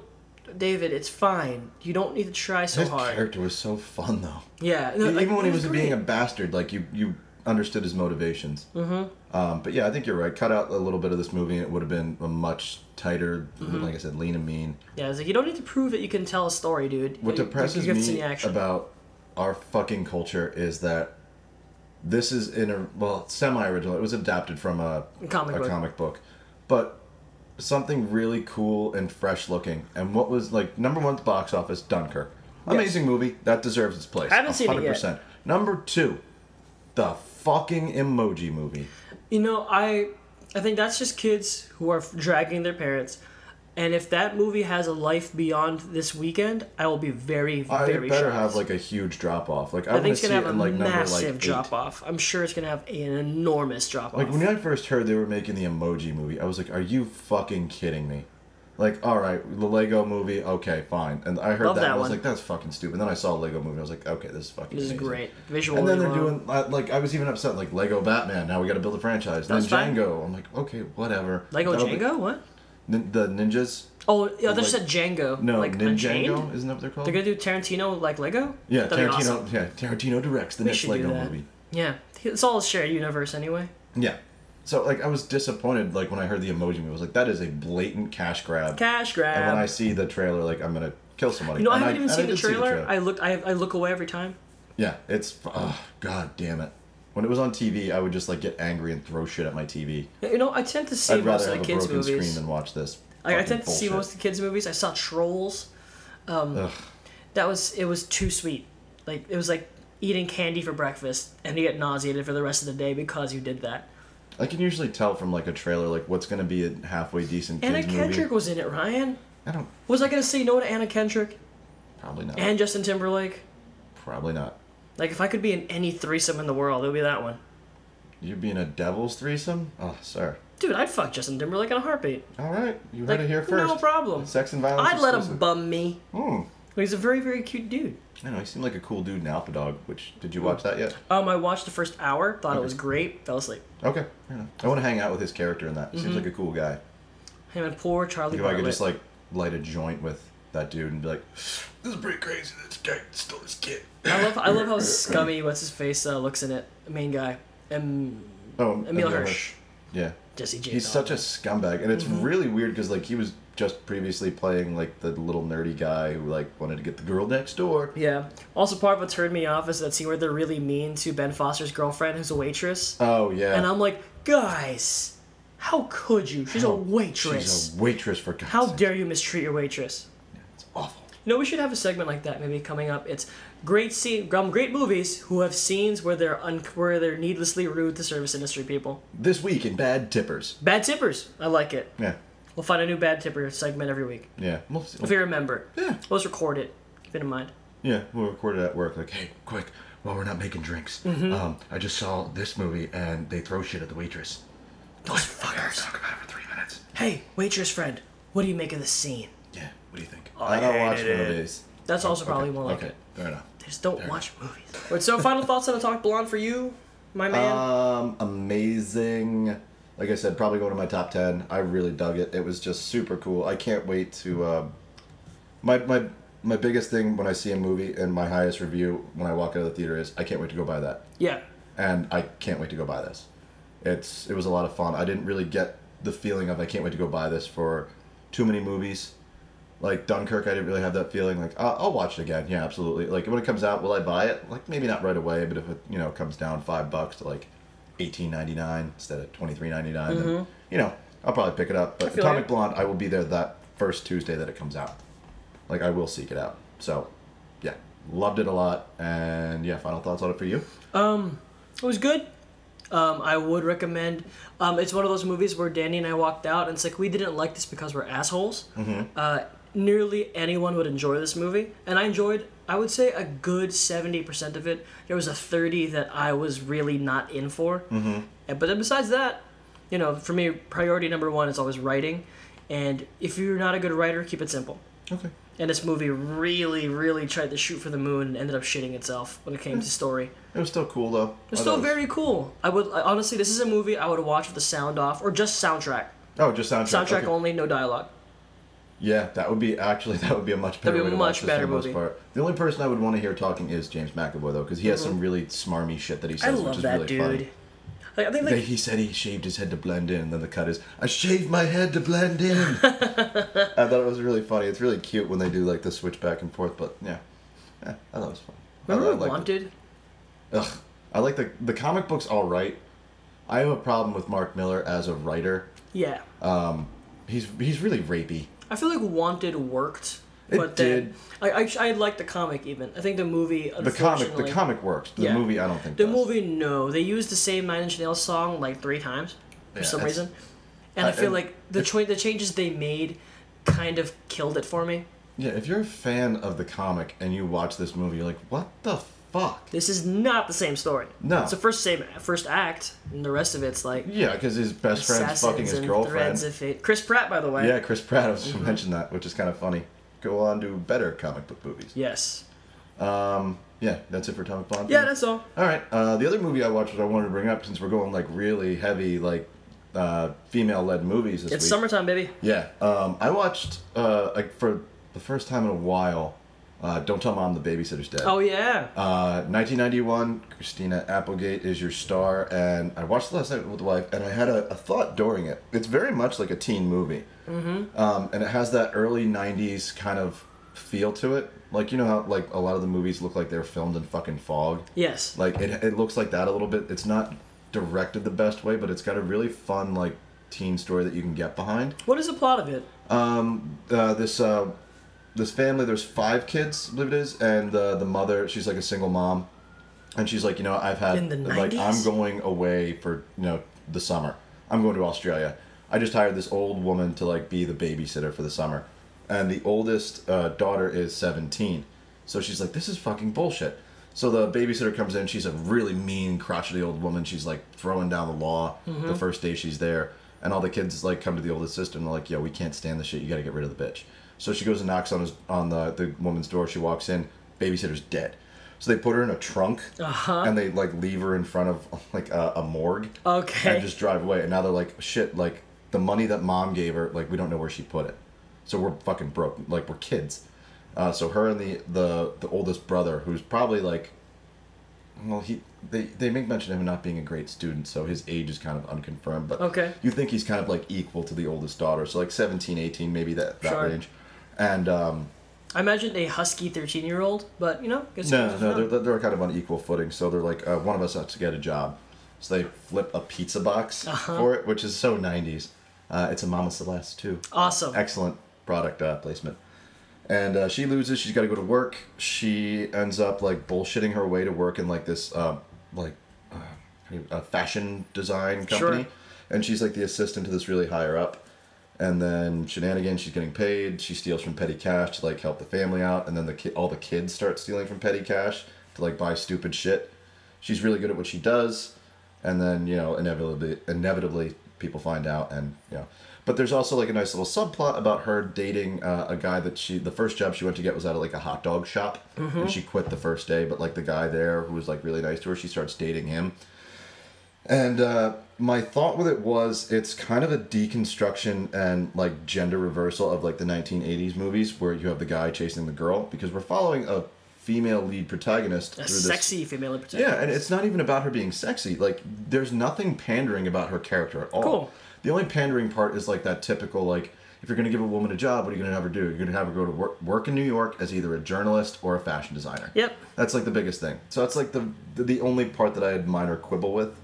[SPEAKER 1] David. It's fine. You don't need to try so
[SPEAKER 2] his
[SPEAKER 1] hard."
[SPEAKER 2] character was so fun though.
[SPEAKER 1] Yeah, no, like,
[SPEAKER 2] E-, Even when he was
[SPEAKER 1] great.
[SPEAKER 2] being a bastard, like you you understood his motivations. Mm-hmm. Um, but yeah, I think you're right. Cut out a little bit of this movie, and it would have been a much tighter, like I said, lean and mean.
[SPEAKER 1] Yeah, it's like you don't need to prove that you can tell a story, dude.
[SPEAKER 2] What
[SPEAKER 1] Like,
[SPEAKER 2] depresses
[SPEAKER 1] like, it's in
[SPEAKER 2] me
[SPEAKER 1] the action.
[SPEAKER 2] about our fucking culture is that this is in a well semi-original. It was adapted from a
[SPEAKER 1] Comic
[SPEAKER 2] a
[SPEAKER 1] book.
[SPEAKER 2] comic book, but something really cool and fresh looking. And what was like number one at the box office? Dunkirk, amazing movie that deserves its place.
[SPEAKER 1] I haven't seen it yet.
[SPEAKER 2] 100%. Number two, the fucking emoji movie.
[SPEAKER 1] you know, I I think that's just kids who are dragging their parents. And if that movie has a life beyond this weekend, I will be very,
[SPEAKER 2] I
[SPEAKER 1] very
[SPEAKER 2] better
[SPEAKER 1] shocked.
[SPEAKER 2] have like a huge drop off. Like I,
[SPEAKER 1] I
[SPEAKER 2] want to
[SPEAKER 1] think it's
[SPEAKER 2] see
[SPEAKER 1] gonna
[SPEAKER 2] it
[SPEAKER 1] have a
[SPEAKER 2] in like number
[SPEAKER 1] massive
[SPEAKER 2] like eight.
[SPEAKER 1] drop off. I'm sure it's gonna have an enormous drop off.
[SPEAKER 2] Like when I first heard they were making the Emoji movie, I was like, "Are you fucking kidding me?" Like, all right, the Lego movie, okay, fine. And I heard
[SPEAKER 1] Love
[SPEAKER 2] that,
[SPEAKER 1] that
[SPEAKER 2] and I was
[SPEAKER 1] one.
[SPEAKER 2] like, "That's fucking stupid." And then I saw Lego movie, and I was like, "Okay, this is fucking."
[SPEAKER 1] this is
[SPEAKER 2] amazing."
[SPEAKER 1] great visual.
[SPEAKER 2] And then they're doing uh, like I was even upset like Lego Batman. Now we got to build a franchise.
[SPEAKER 1] That's fine.
[SPEAKER 2] then Django. I'm like, okay, whatever.
[SPEAKER 1] Lego
[SPEAKER 2] That'll be-
[SPEAKER 1] Django. What?
[SPEAKER 2] Nin- the ninjas.
[SPEAKER 1] Oh, yeah, they just
[SPEAKER 2] Like-
[SPEAKER 1] said Django.
[SPEAKER 2] No,
[SPEAKER 1] like Unchained?
[SPEAKER 2] Ninjago isn't that what they're called?
[SPEAKER 1] They're gonna do Tarantino like Lego.
[SPEAKER 2] yeah,
[SPEAKER 1] That'd be
[SPEAKER 2] Tarantino.
[SPEAKER 1] awesome.
[SPEAKER 2] Yeah, Tarantino directs the
[SPEAKER 1] We
[SPEAKER 2] next
[SPEAKER 1] should do
[SPEAKER 2] Lego
[SPEAKER 1] that.
[SPEAKER 2] movie.
[SPEAKER 1] Yeah, it's all a shared universe anyway.
[SPEAKER 2] Yeah. So like I was disappointed like when I heard the Emoji movie. I was like, that is a blatant cash grab.
[SPEAKER 1] Cash grab.
[SPEAKER 2] And when I see the trailer, like I'm gonna kill somebody.
[SPEAKER 1] Um, You know, I
[SPEAKER 2] And
[SPEAKER 1] haven't even
[SPEAKER 2] and
[SPEAKER 1] seen the,
[SPEAKER 2] did see
[SPEAKER 1] trailer. I look, I, I look away every time.
[SPEAKER 2] Yeah, it's oh, god damn it. When it was on TV, I would just like get angry and throw shit at my TV.
[SPEAKER 1] You know, I tend to see
[SPEAKER 2] I'd
[SPEAKER 1] most
[SPEAKER 2] rather
[SPEAKER 1] of the
[SPEAKER 2] have a
[SPEAKER 1] kids'
[SPEAKER 2] broken screen
[SPEAKER 1] movies.
[SPEAKER 2] than watch this.
[SPEAKER 1] Like, I
[SPEAKER 2] fucking
[SPEAKER 1] tend to see most
[SPEAKER 2] bullshit.
[SPEAKER 1] of the kids' movies. I saw Trolls.
[SPEAKER 2] Ugh.
[SPEAKER 1] That was it was too sweet. Like it was like eating candy for breakfast, and you get nauseated for the rest of the day because you did that.
[SPEAKER 2] I can usually tell from like a trailer like what's gonna be a halfway decent kids
[SPEAKER 1] Anna
[SPEAKER 2] movie.
[SPEAKER 1] Kendrick was in it. Ryan
[SPEAKER 2] I don't.
[SPEAKER 1] was I gonna say no to Anna Kendrick
[SPEAKER 2] Probably not.
[SPEAKER 1] and Justin Timberlake?
[SPEAKER 2] probably not.
[SPEAKER 1] Like if I could be in any threesome in the world, it would be that one.
[SPEAKER 2] You being a devil's threesome? Oh, sir.
[SPEAKER 1] Dude, I'd fuck Justin Timberlake in a heartbeat.
[SPEAKER 2] All right, you heard
[SPEAKER 1] Like,
[SPEAKER 2] it here first.
[SPEAKER 1] no problem.
[SPEAKER 2] Sex and violence.
[SPEAKER 1] I'd let him
[SPEAKER 2] exclusive.
[SPEAKER 1] bum me.
[SPEAKER 2] Hmm.
[SPEAKER 1] He's a very very cute dude.
[SPEAKER 2] I know he seemed like a cool dude in Alpha Dog. Which did you watch that yet?
[SPEAKER 1] Um, I watched the first hour, thought it was great, fell asleep.
[SPEAKER 2] Okay. fair enough. I want to hang out with his character in that. He Seems
[SPEAKER 1] Mm-hmm.
[SPEAKER 2] like a cool guy.
[SPEAKER 1] Him and poor Charlie
[SPEAKER 2] If I could
[SPEAKER 1] Bartlett.
[SPEAKER 2] just like light a joint with that dude and be like, "This is pretty crazy. This guy stole this kid."
[SPEAKER 1] I love, I love how scummy what's his face uh, looks in it. The main guy, um,
[SPEAKER 2] Oh,
[SPEAKER 1] Emil Hirsch, Mm-hmm.
[SPEAKER 2] Yeah.
[SPEAKER 1] Jesse J.
[SPEAKER 2] He's
[SPEAKER 1] Dog.
[SPEAKER 2] such a scumbag, and it's really weird because like he was just previously playing like the little nerdy guy who like wanted to get the girl next door.
[SPEAKER 1] yeah. Also, part of what turned me off is that scene where they're really mean to Ben Foster's girlfriend, who's a waitress,
[SPEAKER 2] Oh yeah.
[SPEAKER 1] and I'm like, guys, how could you? She's a waitress.
[SPEAKER 2] She's a waitress for God's
[SPEAKER 1] how
[SPEAKER 2] sake.
[SPEAKER 1] dare you mistreat your waitress?
[SPEAKER 2] It's awful.
[SPEAKER 1] You know, we should have a segment like that maybe coming up. It's great scene, um, great movies who have scenes where they're un- where they're needlessly rude to service industry people.
[SPEAKER 2] This week in bad tippers.
[SPEAKER 1] Bad tippers, I like it.
[SPEAKER 2] Yeah.
[SPEAKER 1] We'll find a new bad tipper segment every week.
[SPEAKER 2] Yeah. We'll see.
[SPEAKER 1] If we remember.
[SPEAKER 2] Yeah.
[SPEAKER 1] Let's record it. Keep it in mind.
[SPEAKER 2] Yeah, we recorded at work. Like, hey, quick, while we're not making drinks,
[SPEAKER 1] Mm-hmm.
[SPEAKER 2] um, I just saw this movie and they throw shit at the waitress.
[SPEAKER 1] Those fuckers.
[SPEAKER 2] Talk about it for three minutes.
[SPEAKER 1] Hey, waitress friend, what do you make of this scene?
[SPEAKER 2] Yeah, what do you think?
[SPEAKER 1] I
[SPEAKER 2] don't watch
[SPEAKER 1] hated it.
[SPEAKER 2] movies.
[SPEAKER 1] That's also probably one like
[SPEAKER 2] okay,
[SPEAKER 1] it.
[SPEAKER 2] fair enough.
[SPEAKER 1] They just don't watch movies. Wait, so final thoughts on the talk blonde for you, my man?
[SPEAKER 2] Um, amazing. Like I said, probably going to my top ten. I really dug it. It was just super cool. I can't wait to. Uh, my my my biggest thing when I see a movie and my highest review when I walk out of the theater is I can't wait to go buy that.
[SPEAKER 1] yeah.
[SPEAKER 2] and I can't wait to go buy this. It's it was a lot of fun. I didn't really get the feeling of I can't wait to go buy this for too many movies. Like Dunkirk, I didn't really have that feeling. Like I'll, I'll watch it again. Yeah, absolutely. Like when it comes out, will I buy it? Like maybe not right away, but if it you know comes down five bucks to like eighteen ninety nine instead of twenty three ninety nine, then you know I'll probably pick it up. But
[SPEAKER 1] feel
[SPEAKER 2] Atomic
[SPEAKER 1] you.
[SPEAKER 2] Blonde, I will be there that first Tuesday that it comes out. Like I will seek it out. So, yeah, Loved it a lot. And yeah, final thoughts on it for you?
[SPEAKER 1] It was good. Um, I would recommend. Um, it's one of those movies where Danny and I walked out, and it's like we didn't like this because we're assholes. Uh, nearly anyone would enjoy this movie, and I enjoyed. I would say a good seventy percent of it. There was a thirty that I was really not in for. Mm-hmm. But then besides that, you know, for me, priority number one is always writing, and if you're not a good writer, keep it simple.
[SPEAKER 2] Okay.
[SPEAKER 1] And this movie really, really tried to shoot for the moon and ended up shitting itself when it came to story.
[SPEAKER 2] It was still cool though.
[SPEAKER 1] It's
[SPEAKER 2] I
[SPEAKER 1] still
[SPEAKER 2] thought it was-
[SPEAKER 1] very cool. I would I, honestly, this is a movie I would watch with the sound off or just soundtrack.
[SPEAKER 2] Oh, just soundtrack.
[SPEAKER 1] Soundtrack
[SPEAKER 2] okay.
[SPEAKER 1] only, no dialogue.
[SPEAKER 2] Yeah, that would be actually that would be a much better.
[SPEAKER 1] That'd be a
[SPEAKER 2] way to
[SPEAKER 1] much
[SPEAKER 2] watch this
[SPEAKER 1] better
[SPEAKER 2] for the most
[SPEAKER 1] movie.
[SPEAKER 2] Part. The only person I would want to hear talking is James McAvoy though, because he has some really smarmy shit that he
[SPEAKER 1] Mm-hmm. I
[SPEAKER 2] says, which
[SPEAKER 1] love
[SPEAKER 2] is
[SPEAKER 1] that
[SPEAKER 2] really
[SPEAKER 1] dude.
[SPEAKER 2] funny.
[SPEAKER 1] Like, I think
[SPEAKER 2] They-
[SPEAKER 1] like
[SPEAKER 2] He said he shaved his head to blend in, and then the cut is I shaved my head to blend in. I thought it was really funny. It's really cute when they do like the switch back and forth, but yeah, yeah I thought it was fun. I- I,
[SPEAKER 1] remember
[SPEAKER 2] liked it.
[SPEAKER 1] Wanted.
[SPEAKER 2] Ugh, I like the the comic books. All right, I have a problem with Mark Miller as a writer.
[SPEAKER 1] Yeah,
[SPEAKER 2] uh, He's he's really rapey.
[SPEAKER 1] I feel like Wanted worked.
[SPEAKER 2] It
[SPEAKER 1] but then,
[SPEAKER 2] did.
[SPEAKER 1] I, I I liked the comic even. I think the movie
[SPEAKER 2] The comic the
[SPEAKER 1] unfortunately-
[SPEAKER 2] comic works. The
[SPEAKER 1] Yeah.
[SPEAKER 2] movie I don't think
[SPEAKER 1] the
[SPEAKER 2] does.
[SPEAKER 1] movie no they used the same Nine Inch Nails song like three times for
[SPEAKER 2] Yeah,
[SPEAKER 1] some
[SPEAKER 2] it's-
[SPEAKER 1] reason, and I,
[SPEAKER 2] I-
[SPEAKER 1] feel
[SPEAKER 2] and
[SPEAKER 1] like the cho- the changes they made kind of killed it for me.
[SPEAKER 2] Yeah, if you're a fan of the comic and you watch this movie, you're like, what the fuck?
[SPEAKER 1] This is not the same story.
[SPEAKER 2] No.
[SPEAKER 1] it's the first same first act, and the rest of it's like
[SPEAKER 2] Yeah, because his best friend's fucking
[SPEAKER 1] assassins
[SPEAKER 2] his
[SPEAKER 1] and
[SPEAKER 2] girlfriend.
[SPEAKER 1] threads of Mm-hmm. fate. Chris Pratt, by the way.
[SPEAKER 2] Yeah, Chris Pratt also mentioned that, which is kind of funny. Go on to better comic book movies.
[SPEAKER 1] Yes.
[SPEAKER 2] Yeah, that's it for Atomic Blonde.
[SPEAKER 1] Yeah, that's all.
[SPEAKER 2] All right. Uh, the other movie I watched, which I wanted to bring up, since we're going like really heavy, like uh, female-led movies this
[SPEAKER 1] It's
[SPEAKER 2] week.
[SPEAKER 1] summertime, baby.
[SPEAKER 2] Yeah, um, I watched uh, like for the first time in a while. Uh, Don't tell mom the babysitter's dead.
[SPEAKER 1] Oh yeah.
[SPEAKER 2] Uh, 1991, Christina Applegate is your star, and I watched it last night with the wife, and I had a, a thought during it. It's very much like a teen movie, mm-hmm. um, and it has that early 90s kind of feel to it. Like you know how like a lot of the movies look like they're filmed in fucking fog.
[SPEAKER 1] yes.
[SPEAKER 2] Like it, it looks like that a little bit. It's not directed the best way, but it's got a really fun like teen story that you can get behind
[SPEAKER 1] what is the plot of it?
[SPEAKER 2] uh, this uh, this family. There's five kids, I believe it is, and the the mother. She's like a single mom, and she's like, you know, I've had
[SPEAKER 1] In the
[SPEAKER 2] like
[SPEAKER 1] 90s?
[SPEAKER 2] I'm going away for you know the summer. I'm going to Australia. I just hired this old woman to like be the babysitter for the summer, and the oldest uh, daughter is 17, so she's like, this is fucking bullshit. So the babysitter comes in. She's a really mean, crotchety old woman. She's like throwing down the law
[SPEAKER 1] Mm-hmm.
[SPEAKER 2] the first day she's there, and all the kids like come to the oldest sister and they're like, "Yo, we can't stand this shit. You got to get rid of the bitch." So she goes and knocks on his on the the woman's door. She walks in. Babysitter's dead. So they put her in a trunk
[SPEAKER 1] Uh-huh.
[SPEAKER 2] and they like leave her in front of like a, a morgue
[SPEAKER 1] Okay.
[SPEAKER 2] and just drive away. And now they're like, "Shit! Like the money that mom gave her, like we don't know where she put it." So we're fucking broke. Like we're kids. Uh, so her and the, the the oldest brother, who's probably like well, he they, they make mention of him not being a great student, so his age is kind of unconfirmed. But
[SPEAKER 1] Okay.
[SPEAKER 2] you think he's kind of like equal to the oldest daughter, so like 17, 18, maybe that, that
[SPEAKER 1] Sure.
[SPEAKER 2] range. And um,
[SPEAKER 1] I imagine a husky thirteen-year-old, but you know, guess
[SPEAKER 2] no, no, they're, they're kind of on equal footing, so they're like, uh, one of us has to get a job. So they flip a pizza box for it, which is so 90s. Uh, it's a Mama Celeste, too.
[SPEAKER 1] awesome.
[SPEAKER 2] Excellent product uh, placement. And uh, she loses. She's got to go to work. She ends up like bullshitting her way to work in like this, uh, like, uh, how do you- a fashion design company.
[SPEAKER 1] Sure.
[SPEAKER 2] And she's like the assistant to this really higher up. And then shenanigans. She's getting paid. She steals from petty cash to like help the family out. And then the ki- all the kids start stealing from petty cash to like buy stupid shit. She's really good at what she does. And then you know inevitably, inevitably people find out and you know. But there's also like a nice little subplot about her dating uh, a guy that she the first job she went to get was out of like a hot dog shop and she quit the first day. But like the guy there who was like really nice to her, she starts dating him. And uh, my thought with it was it's kind of a deconstruction and like gender reversal of like the 1980s movies where you have the guy chasing the girl because we're following a female lead protagonist
[SPEAKER 1] a
[SPEAKER 2] this-
[SPEAKER 1] sexy female in particular.
[SPEAKER 2] yeah, and it's not even about her being sexy. Like, there's nothing pandering about her character at all.
[SPEAKER 1] Cool.
[SPEAKER 2] The only pandering part is like that typical like, if you're gonna give a woman a job, what are you gonna have her do? You're gonna have her go to work, work in New York as either a journalist or a fashion designer.
[SPEAKER 1] Yep.
[SPEAKER 2] That's like the biggest thing. So that's like the the, the only part that I had minor quibble with,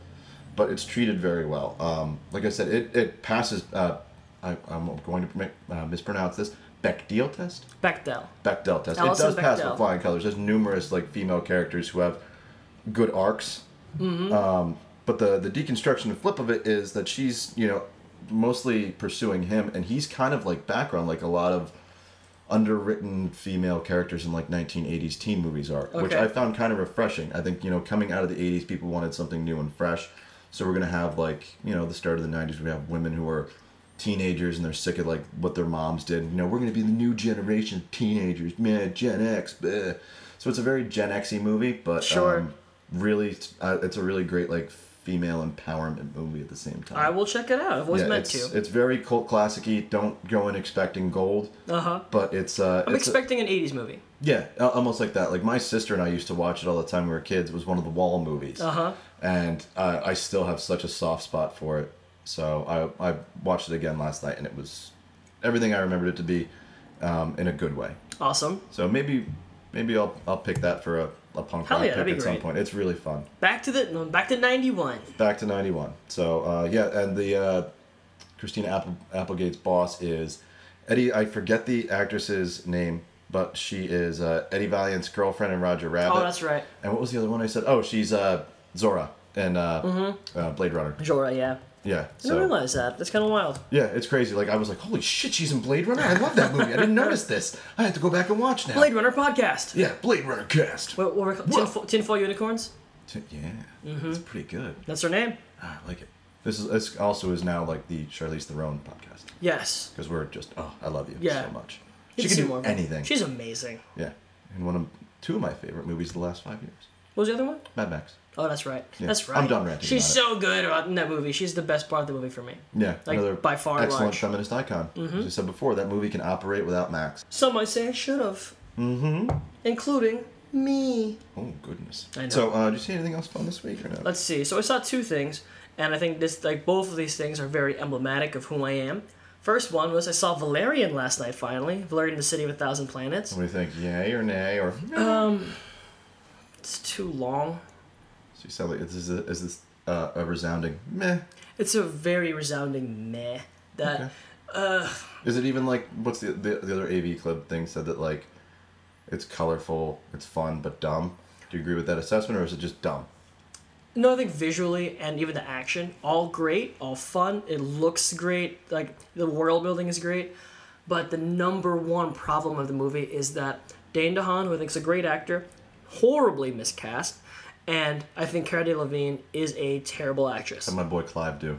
[SPEAKER 2] but it's treated very well. Um, like I said, it it passes. Uh, I, I'm going to make, uh, mispronounce this. Bechdel test.
[SPEAKER 1] Bechdel.
[SPEAKER 2] Bechdel test.
[SPEAKER 1] Alison
[SPEAKER 2] it does pass
[SPEAKER 1] Bechdel.
[SPEAKER 2] with flying colors. There's numerous like female characters who have good arcs. Um, but the the deconstruction and flip of it is that she's you know mostly pursuing him, and he's kind of like background, like a lot of underwritten female characters in like 1980s teen movies are, which
[SPEAKER 1] Okay.
[SPEAKER 2] I found kind of refreshing. I think you know coming out of the 80s, people wanted something new and fresh, so we're gonna have like you know the start of the 90s, we have women who are teenagers and they're sick of like what their moms did. You know, we're gonna be the new generation of teenagers, man, Gen X. bleh. So it's a very Gen Xy movie, but
[SPEAKER 1] Sure.
[SPEAKER 2] um, really, uh, it's a really great like female empowerment movie at the same time.
[SPEAKER 1] I will check it out. I've always meant
[SPEAKER 2] it's,
[SPEAKER 1] to.
[SPEAKER 2] It's very cult classicy. Don't go in expecting gold,
[SPEAKER 1] Uh huh.
[SPEAKER 2] but it's uh,
[SPEAKER 1] I'm
[SPEAKER 2] it's a-
[SPEAKER 1] expecting an 80s movie.
[SPEAKER 2] yeah, a- almost like that. Like my sister and I used to watch it all the time. when We were kids. It was one of the Wall movies,
[SPEAKER 1] Uh-huh.
[SPEAKER 2] and uh, I still have such a soft spot for it. So I I watched it again last night, and it was everything I remembered it to be, um, in a good way.
[SPEAKER 1] Awesome.
[SPEAKER 2] So maybe maybe I'll I'll pick that for a, a punk
[SPEAKER 1] Hell
[SPEAKER 2] rock
[SPEAKER 1] yeah, that'd
[SPEAKER 2] pick
[SPEAKER 1] be
[SPEAKER 2] at some
[SPEAKER 1] great.
[SPEAKER 2] point. It's really fun.
[SPEAKER 1] Back to the no, back to 91.
[SPEAKER 2] Back to ninety one. So uh, yeah, and the uh, Christina Apple, Applegate's boss is Eddie. I forget the actress's name, but she is uh, Eddie Valiant's girlfriend in Roger Rabbit.
[SPEAKER 1] Oh, that's right.
[SPEAKER 2] And what was the other one I said? Oh, she's uh, Zora in uh,
[SPEAKER 1] Mm-hmm.
[SPEAKER 2] uh, Blade Runner.
[SPEAKER 1] Jorah, yeah. I
[SPEAKER 2] Yeah.
[SPEAKER 1] didn't
[SPEAKER 2] So
[SPEAKER 1] realize that. That's kind of wild.
[SPEAKER 2] yeah, it's crazy. Like I was like, holy shit, she's in Blade Runner. I love that movie. I didn't notice this. I have to go back and watch now.
[SPEAKER 1] Blade Runner podcast.
[SPEAKER 2] Yeah, Blade Runner cast.
[SPEAKER 1] What, what, were- tinfo- tinfoil unicorns.
[SPEAKER 2] T- Yeah,
[SPEAKER 1] Mm-hmm.
[SPEAKER 2] it's pretty good.
[SPEAKER 1] That's her name.
[SPEAKER 2] Ah, I like it. This is this also is now like the Charlize Theron podcast
[SPEAKER 1] Yes.
[SPEAKER 2] because we're just oh I love you
[SPEAKER 1] Yeah.
[SPEAKER 2] so much.
[SPEAKER 1] You
[SPEAKER 2] She
[SPEAKER 1] see
[SPEAKER 2] can do
[SPEAKER 1] more of her.
[SPEAKER 2] anything.
[SPEAKER 1] She's amazing.
[SPEAKER 2] yeah, and one of two of my favorite movies of the last five years,
[SPEAKER 1] What was the other one?
[SPEAKER 2] Mad Max.
[SPEAKER 1] Oh, that's right.
[SPEAKER 2] Yeah.
[SPEAKER 1] That's right.
[SPEAKER 2] I'm done ranting
[SPEAKER 1] She's
[SPEAKER 2] about
[SPEAKER 1] so good about in that movie. She's the best part of the movie for me.
[SPEAKER 2] Yeah,
[SPEAKER 1] Like,
[SPEAKER 2] another
[SPEAKER 1] by far and
[SPEAKER 2] excellent
[SPEAKER 1] large. Mm-hmm.
[SPEAKER 2] feminist icon. As I said before, that movie can operate without Max.
[SPEAKER 1] Some might say I should have. Mm-hmm. Including me.
[SPEAKER 2] Oh goodness.
[SPEAKER 1] I know.
[SPEAKER 2] So, uh, did you see anything else fun this week or no?
[SPEAKER 1] Let's see. So I saw two things, and I think this like both of these things are very emblematic of who I am. First one was I saw Valerian last night. Finally, Valerian: The City of a Thousand Planets.
[SPEAKER 2] what do you think? Yay or nay or?
[SPEAKER 1] Uh, It's too long.
[SPEAKER 2] so you sound like is this a, is this uh, a resounding meh?
[SPEAKER 1] It's a very resounding meh. That
[SPEAKER 2] Okay. Is it even like what's the the, the other AV Club thing said that like it's colorful, it's fun, but dumb? Do you agree with that assessment, or is it just dumb?
[SPEAKER 1] No, I think visually and even the action, all great, all fun. It looks great. Like the world building is great, but the number one problem of the movie is that Dane DeHaan, who I think is a great actor, horribly miscast, and I think Cara Delevingne is a terrible actress.
[SPEAKER 2] What my boy Clive do?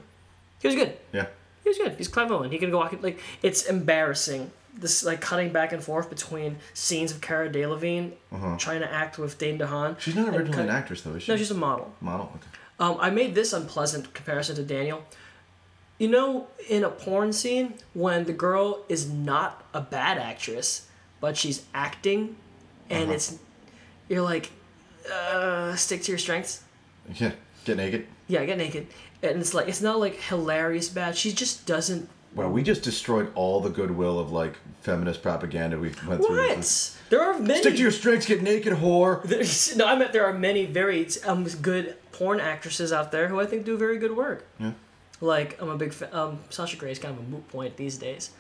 [SPEAKER 1] He was good.
[SPEAKER 2] Yeah,
[SPEAKER 1] He was good. He's Clive Owen. He can go walk. Like it's embarrassing. This like cutting back and forth between scenes of Cara Delevingne trying to act with Dane DeHaan.
[SPEAKER 2] she's not
[SPEAKER 1] and
[SPEAKER 2] originally
[SPEAKER 1] cut-
[SPEAKER 2] an actress though, is she?
[SPEAKER 1] No, she's a model.
[SPEAKER 2] model. Okay.
[SPEAKER 1] Um, I made this unpleasant comparison to Daniel. You know, in a porn scene, when the girl is not a bad actress, but she's acting,
[SPEAKER 2] Uh-huh.
[SPEAKER 1] and it's you're like, uh, stick to your strengths.
[SPEAKER 2] Yeah, get naked.
[SPEAKER 1] Yeah, get naked, and it's like it's not like hilarious bad. She just doesn't.
[SPEAKER 2] Wow, we just destroyed all the goodwill of like feminist propaganda we went through. with this.
[SPEAKER 1] What? There are many.
[SPEAKER 2] Stick to your strengths, get naked, whore.
[SPEAKER 1] There's- no, I meant there are many very um, good porn actresses out there who I think do very good work.
[SPEAKER 2] Yeah.
[SPEAKER 1] Like I'm a big fan. Um, Sasha Grey's kind of a moot point these days,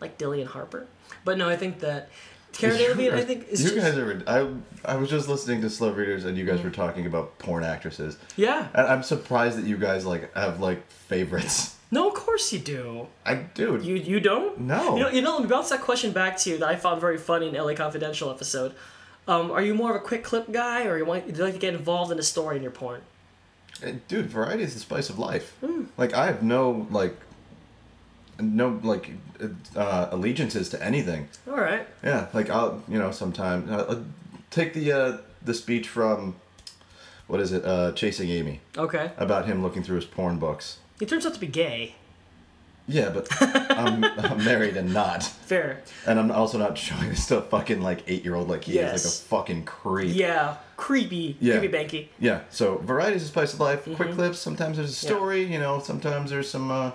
[SPEAKER 1] like Dillian Harper. But no, I think that Cara Delevingne. I think is
[SPEAKER 2] you
[SPEAKER 1] just, Mm-hmm.
[SPEAKER 2] guys are. I I was just listening to Slow Readers, and you guys were talking about porn actresses.
[SPEAKER 1] yeah.
[SPEAKER 2] And I'm surprised that you guys like have like favorites.
[SPEAKER 1] No, of course you do.
[SPEAKER 2] I dude.
[SPEAKER 1] You you don't?
[SPEAKER 2] No.
[SPEAKER 1] You know, you know. Let me bounce that question back to you that I found very funny in LA Confidential episode. Um, are you more of a quick clip guy, or you want do you like to get involved in a story in your porn?
[SPEAKER 2] Uh, dude variety is the spice of life
[SPEAKER 1] Mm.
[SPEAKER 2] like i have no like no like uh, allegiances to anything
[SPEAKER 1] All right.
[SPEAKER 2] yeah like i'll you know sometime uh, uh, take the uh the speech from what is it uh chasing amy
[SPEAKER 1] Okay.
[SPEAKER 2] about him looking through his porn books
[SPEAKER 1] He turns out to be gay.
[SPEAKER 2] yeah but i'm, I'm married and not
[SPEAKER 1] Fair.
[SPEAKER 2] and i'm also not showing this to a fucking like eight year old like he is
[SPEAKER 1] Yes.
[SPEAKER 2] like a fucking creep
[SPEAKER 1] Yeah. Creepy.
[SPEAKER 2] Yeah.
[SPEAKER 1] Creepy banky.
[SPEAKER 2] Yeah, so variety is a spice of life.
[SPEAKER 1] Mm-hmm.
[SPEAKER 2] Quick clips. Sometimes there's a story. You know, sometimes there's some. Uh,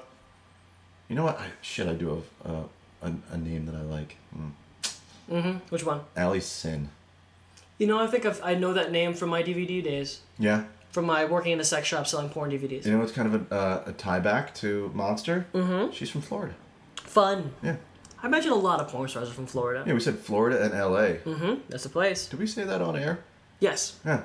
[SPEAKER 2] you know what? I, shit, I do have uh, a, a name that I like. Mm.
[SPEAKER 1] Which one?
[SPEAKER 2] Ali Sin.
[SPEAKER 1] You know, I think I've, I know that name from my DVD days,
[SPEAKER 2] Yeah.
[SPEAKER 1] from my working in a sex shop selling porn DVDs.
[SPEAKER 2] You know, it's kind of a, uh, a tie back to Monster. Mm-hmm. She's from Florida.
[SPEAKER 1] Fun.
[SPEAKER 2] Yeah.
[SPEAKER 1] I imagine a lot of porn stars are from Florida.
[SPEAKER 2] Yeah, we said Florida and L.A.
[SPEAKER 1] hmm That's the place.
[SPEAKER 2] Did we say that on air?
[SPEAKER 1] Yes,
[SPEAKER 2] Yeah,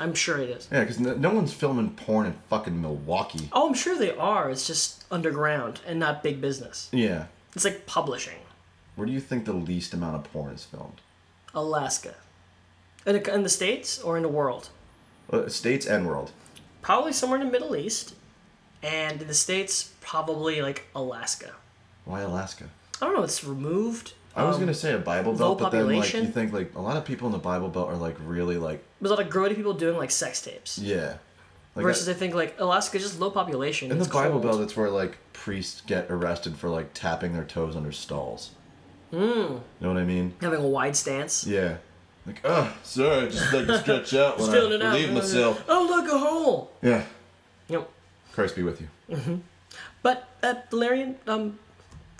[SPEAKER 1] I'm sure it is.
[SPEAKER 2] yeah, because no, no one's filming porn in fucking Milwaukee.
[SPEAKER 1] Oh, I'm sure they are. It's just underground and not big business.
[SPEAKER 2] Yeah,
[SPEAKER 1] It's like publishing.
[SPEAKER 2] where do you think the least amount of porn is filmed?
[SPEAKER 1] Alaska. In the, in the States or in the world?
[SPEAKER 2] Uh, States and world.
[SPEAKER 1] Probably somewhere in the Middle East. And in the States, probably like Alaska.
[SPEAKER 2] Why Alaska?
[SPEAKER 1] I don't know, it's removed.
[SPEAKER 2] I was
[SPEAKER 1] Um,
[SPEAKER 2] gonna say a Bible
[SPEAKER 1] low
[SPEAKER 2] Belt, but then like
[SPEAKER 1] population?
[SPEAKER 2] you think like a lot of people in the Bible Belt are like really like
[SPEAKER 1] There's a lot of grody people doing like sex tapes.
[SPEAKER 2] yeah. Like
[SPEAKER 1] Versus,
[SPEAKER 2] I-
[SPEAKER 1] I think like Alaska's just low population.
[SPEAKER 2] in the
[SPEAKER 1] it's
[SPEAKER 2] Bible
[SPEAKER 1] cold.
[SPEAKER 2] Belt, it's where like priests get arrested for like tapping their toes under stalls.
[SPEAKER 1] Hmm.
[SPEAKER 2] Mm. Know what I mean?
[SPEAKER 1] having a wide stance.
[SPEAKER 2] Yeah. Like, oh, sorry, I just like to stretch out when
[SPEAKER 1] Filling it
[SPEAKER 2] I
[SPEAKER 1] out.
[SPEAKER 2] relieve myself.
[SPEAKER 1] Oh look, a hole.
[SPEAKER 2] Yeah.
[SPEAKER 1] Yep.
[SPEAKER 2] Christ be with you.
[SPEAKER 1] But uh, Valerian, um,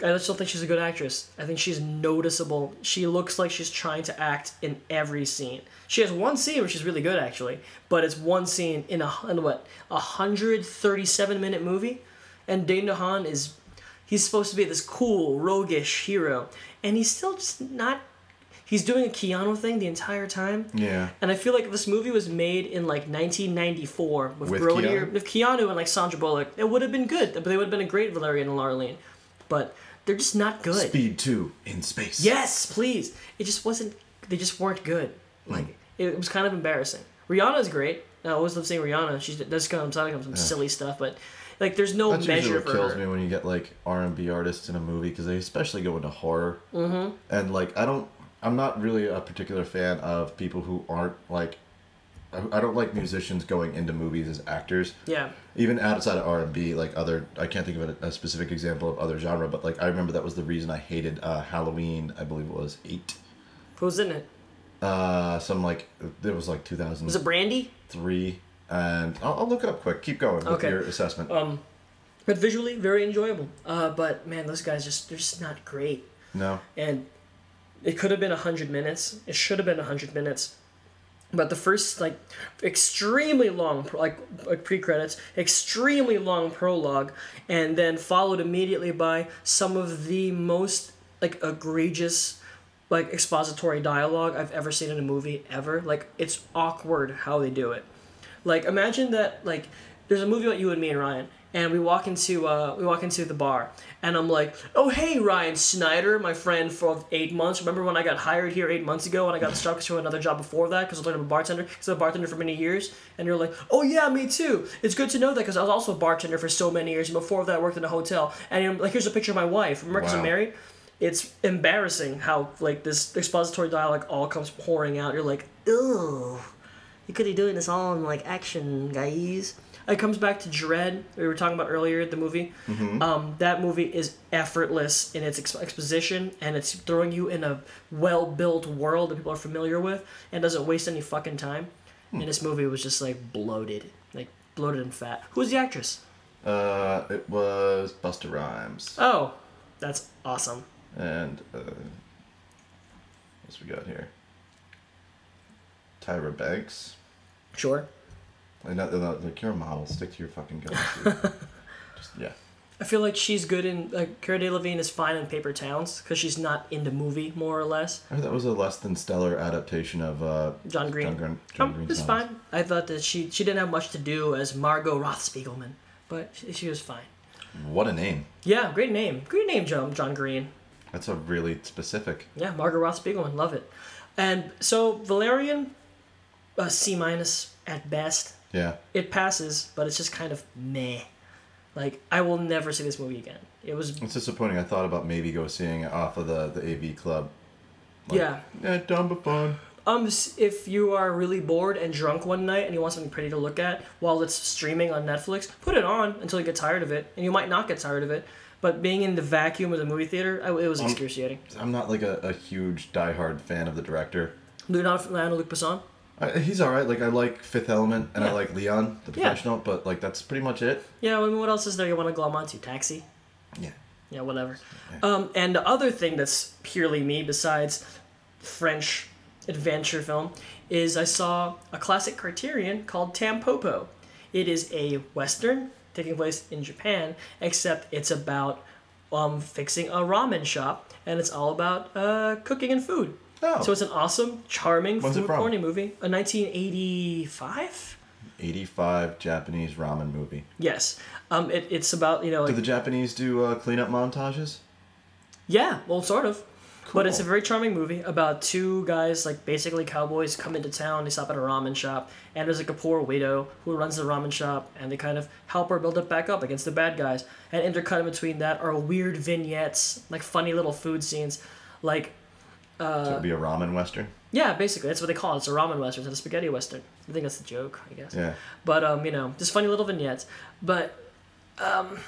[SPEAKER 1] I just don't think she's a good actress. I think she's noticeable. She looks like she's trying to act in every scene. She has one scene where she's really good, actually, but it's one scene in a hun- what a hundred thirty-seven minute movie, and Dane DeHaan is he's supposed to be this cool roguish hero, and he's still just not. He's doing a Keanu thing the entire time.
[SPEAKER 2] Yeah.
[SPEAKER 1] And I feel like if this movie was made in like 1994 with,
[SPEAKER 2] With
[SPEAKER 1] Brody
[SPEAKER 2] Keanu?
[SPEAKER 1] or with Keanu and like Sandra Bullock, it would have been good. But they would have been a great Valerian and Larlene. But they're just not good.
[SPEAKER 2] Speed 2 in space.
[SPEAKER 1] Yes, please. It just wasn't. They just weren't good. Like it was kind of embarrassing. Rihanna's great. I always love seeing Rihanna. She does come some some silly stuff, but like there's no
[SPEAKER 2] That's usually
[SPEAKER 1] measure
[SPEAKER 2] what
[SPEAKER 1] for
[SPEAKER 2] kills
[SPEAKER 1] her.
[SPEAKER 2] me when you get like R and B artists in a movie because they especially go into horror. Mm-hmm. And like, I don't, I'm not really a particular fan of people who aren't like, I I don't like musicians going into movies as actors.
[SPEAKER 1] Yeah.
[SPEAKER 2] Even outside of R and B, like other, I can't think of a, a specific example of other genre, but like I remember that was the reason I hated uh, Halloween. I believe it was eight.
[SPEAKER 1] Who's in it?
[SPEAKER 2] Uh, some like it was like two thousand
[SPEAKER 1] Was it Brandy?
[SPEAKER 2] three, and I'll, I'll look it up quick. Keep going with
[SPEAKER 1] Okay. Um,
[SPEAKER 2] your assessment.
[SPEAKER 1] But visually, very enjoyable. Uh, but man, those guys just they're just not great.
[SPEAKER 2] no,
[SPEAKER 1] and it could have been 100 minutes it should have been 100 minutes but the first like extremely long pro- like, like pre-credits extremely long prologue and then followed immediately by some of the most like egregious like expository dialogue i've ever seen in a movie ever like it's awkward how they do it like imagine that like there's a movie about you and me and Ryan, and we walk into uh, we walk into the bar, and I'm like, oh hey Ryan Snyder, my friend for eight months. Remember when I got hired here eight months ago, and I got stuck to another job before that because I learned I'm a bartender. Because I'm a bartender for many years, and you're like, oh yeah, me too. It's good to know that because I was also a bartender for so many years, and before that I worked in a hotel. And I'm like, here's a picture of my wife. Remember 'cause I'm
[SPEAKER 2] Wow.
[SPEAKER 1] married. It's embarrassing how like this expository dialogue all comes pouring out. You're like, ugh. You could be doing this all in like action, guys. It comes back to Dread we were talking about earlier the movie. Um, that movie is effortless in its ex- exposition and it's throwing you in a well-built world that people are familiar with and doesn't waste any fucking time. And this movie was just like bloated, like bloated and fat. Who's the actress?
[SPEAKER 2] uh, it was Buster Rhymes.
[SPEAKER 1] Oh, that's awesome.
[SPEAKER 2] And uh, what's we got here? Tyra Banks.
[SPEAKER 1] Sure.
[SPEAKER 2] Like, not, not, like you're a model. Stick to your fucking guns. dude. Just yeah.
[SPEAKER 1] I feel like she's good in like Cara Delevingne is fine in Paper Towns because she's not in the movie more or less.
[SPEAKER 2] I heard that was a less than stellar adaptation of uh,
[SPEAKER 1] John Green.
[SPEAKER 2] John Green. John
[SPEAKER 1] Um,
[SPEAKER 2] Green's
[SPEAKER 1] it's
[SPEAKER 2] novels.
[SPEAKER 1] fine. I thought that she she didn't have much to do as Margot Rothspiegelman, but she, she was fine.
[SPEAKER 2] What a name.
[SPEAKER 1] Yeah, great name, great name, John John Green.
[SPEAKER 2] That's a really specific.
[SPEAKER 1] Yeah, Margot Rothspiegelman, love it. And so Valerian, uh, C minus at best.
[SPEAKER 2] Yeah.
[SPEAKER 1] It passes, but it's just kind of meh. Like I will never see this movie again. It was
[SPEAKER 2] It's disappointing. I thought about maybe go seeing it off of the, the AV Club.
[SPEAKER 1] yeah.
[SPEAKER 2] Yeah, dumb but fun.
[SPEAKER 1] Um, s- if you are really bored and drunk one night and you want something pretty to look at while it's streaming on Netflix, put it on until you get tired of it, and you might not get tired of it. But being in the vacuum of the movie theater, I, it was excruciating.
[SPEAKER 2] I'm not like a, a huge diehard fan of the director.
[SPEAKER 1] Leonardo Leonardo Luc Besson.
[SPEAKER 2] I, he's all right. Like I like Fifth Element and I
[SPEAKER 1] Yeah.
[SPEAKER 2] like Leon, the
[SPEAKER 1] Yeah.
[SPEAKER 2] professional, but like that's pretty much it.
[SPEAKER 1] Yeah, I mean, what else is there you want to glom onto? Taxi.
[SPEAKER 2] Yeah.
[SPEAKER 1] Yeah, whatever. Um, and the other thing that's purely me, besides French adventure film, is I saw a classic Criterion called Tampopo. It is a western taking place in Japan, except it's about um, fixing a ramen shop, and it's all about uh, cooking and food.
[SPEAKER 2] Oh.
[SPEAKER 1] So it's an awesome, charming,
[SPEAKER 2] When's it
[SPEAKER 1] food
[SPEAKER 2] from?
[SPEAKER 1] porny movie. A 1985?
[SPEAKER 2] 85 Japanese ramen movie.
[SPEAKER 1] Yes. Um, it, it's about, you know,
[SPEAKER 2] Do
[SPEAKER 1] like,
[SPEAKER 2] the Japanese do uh, cleanup montages?
[SPEAKER 1] yeah, well, sort of. But it's a
[SPEAKER 2] Cool.
[SPEAKER 1] very charming movie about two guys, like basically cowboys, come into town. They stop at a ramen shop, and there's like a poor widow who runs the ramen shop, and they kind of help her build it back up against the bad guys. And intercut in between that are weird vignettes, like funny little food scenes, like Uh,
[SPEAKER 2] so it'd be a ramen western.
[SPEAKER 1] Yeah, basically, that's what they call it. It's a ramen western, it's a spaghetti western. I think that's the joke, I guess.
[SPEAKER 2] Yeah.
[SPEAKER 1] But um, you know, just funny little vignettes. But um,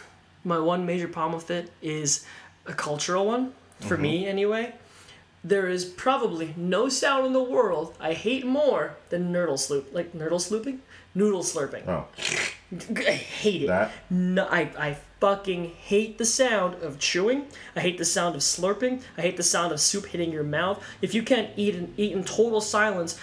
[SPEAKER 1] my one major problem with it is a cultural one for
[SPEAKER 2] Mm-hmm.
[SPEAKER 1] me, anyway. There is probably no sound in the world I hate more than nurdle sloop, like nurdle slooping, noodle slurping.
[SPEAKER 2] Oh,
[SPEAKER 1] I hate it.
[SPEAKER 2] That?
[SPEAKER 1] No, I, I fucking hate the sound of chewing. I hate the sound of slurping. I hate the sound of soup hitting your mouth. If you can't eat in, eat in total silence,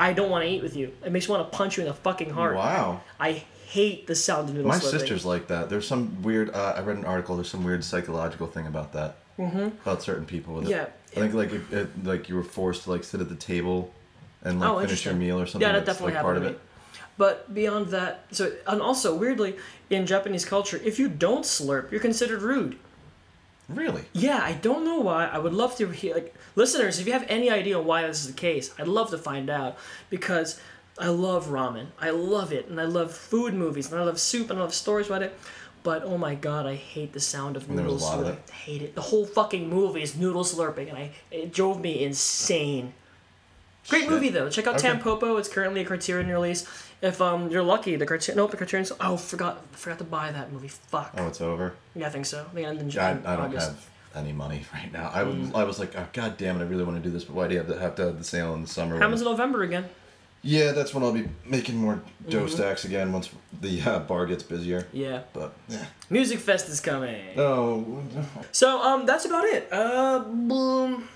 [SPEAKER 1] I don't want to eat with you. It makes me want to punch you in the fucking heart.
[SPEAKER 2] wow.
[SPEAKER 1] I hate the sound of noodle
[SPEAKER 2] My
[SPEAKER 1] slurping.
[SPEAKER 2] sister's like that. There's some weird. Uh, I read an article. There's some weird psychological thing about that. Mm-hmm. About certain people with it.
[SPEAKER 1] Yeah.
[SPEAKER 2] I think like if, if like you were forced to like sit at the table, and like
[SPEAKER 1] Oh,
[SPEAKER 2] finish your
[SPEAKER 1] interesting.
[SPEAKER 2] meal or something.
[SPEAKER 1] Yeah, that
[SPEAKER 2] that's,
[SPEAKER 1] definitely
[SPEAKER 2] like,
[SPEAKER 1] happened
[SPEAKER 2] part of
[SPEAKER 1] to me.
[SPEAKER 2] it.
[SPEAKER 1] But beyond that, so and also weirdly in Japanese culture, if you don't slurp, you're considered rude.
[SPEAKER 2] Really?
[SPEAKER 1] Yeah, I don't know why. I would love to hear, like, listeners, if you have any idea why this is the case, I'd love to find out because I love ramen. I love it, and I love food movies, and I love soup, and I love stories about it. But oh my god, I hate the sound of
[SPEAKER 2] there was
[SPEAKER 1] noodle
[SPEAKER 2] a lot of
[SPEAKER 1] slurping. I hate it. The whole fucking movie is noodle slurping, and I it drove me insane. Great
[SPEAKER 2] Shit.
[SPEAKER 1] movie though. Check out
[SPEAKER 2] Okay.
[SPEAKER 1] Tampopo. It's currently a Criterion release. If um you're lucky, the Criterion. Nope, the Criterion's. Oh, forgot forgot to buy that movie. Fuck.
[SPEAKER 2] Oh, it's over.
[SPEAKER 1] Yeah, I think so. I think it ends in
[SPEAKER 2] I, I
[SPEAKER 1] July.
[SPEAKER 2] don't have any money right now. I was
[SPEAKER 1] Mm.
[SPEAKER 2] I was like, oh, god damn it, I really want to do this, but why do you have to have to have the sale in the summer? when-
[SPEAKER 1] Happens in November again.
[SPEAKER 2] Yeah, that's when I'll be making more dough
[SPEAKER 1] Mm-hmm.
[SPEAKER 2] stacks again once the uh, bar gets busier.
[SPEAKER 1] Yeah.
[SPEAKER 2] But yeah.
[SPEAKER 1] Music Fest is coming.
[SPEAKER 2] Oh,
[SPEAKER 1] So, um, that's about it. Uh, boom.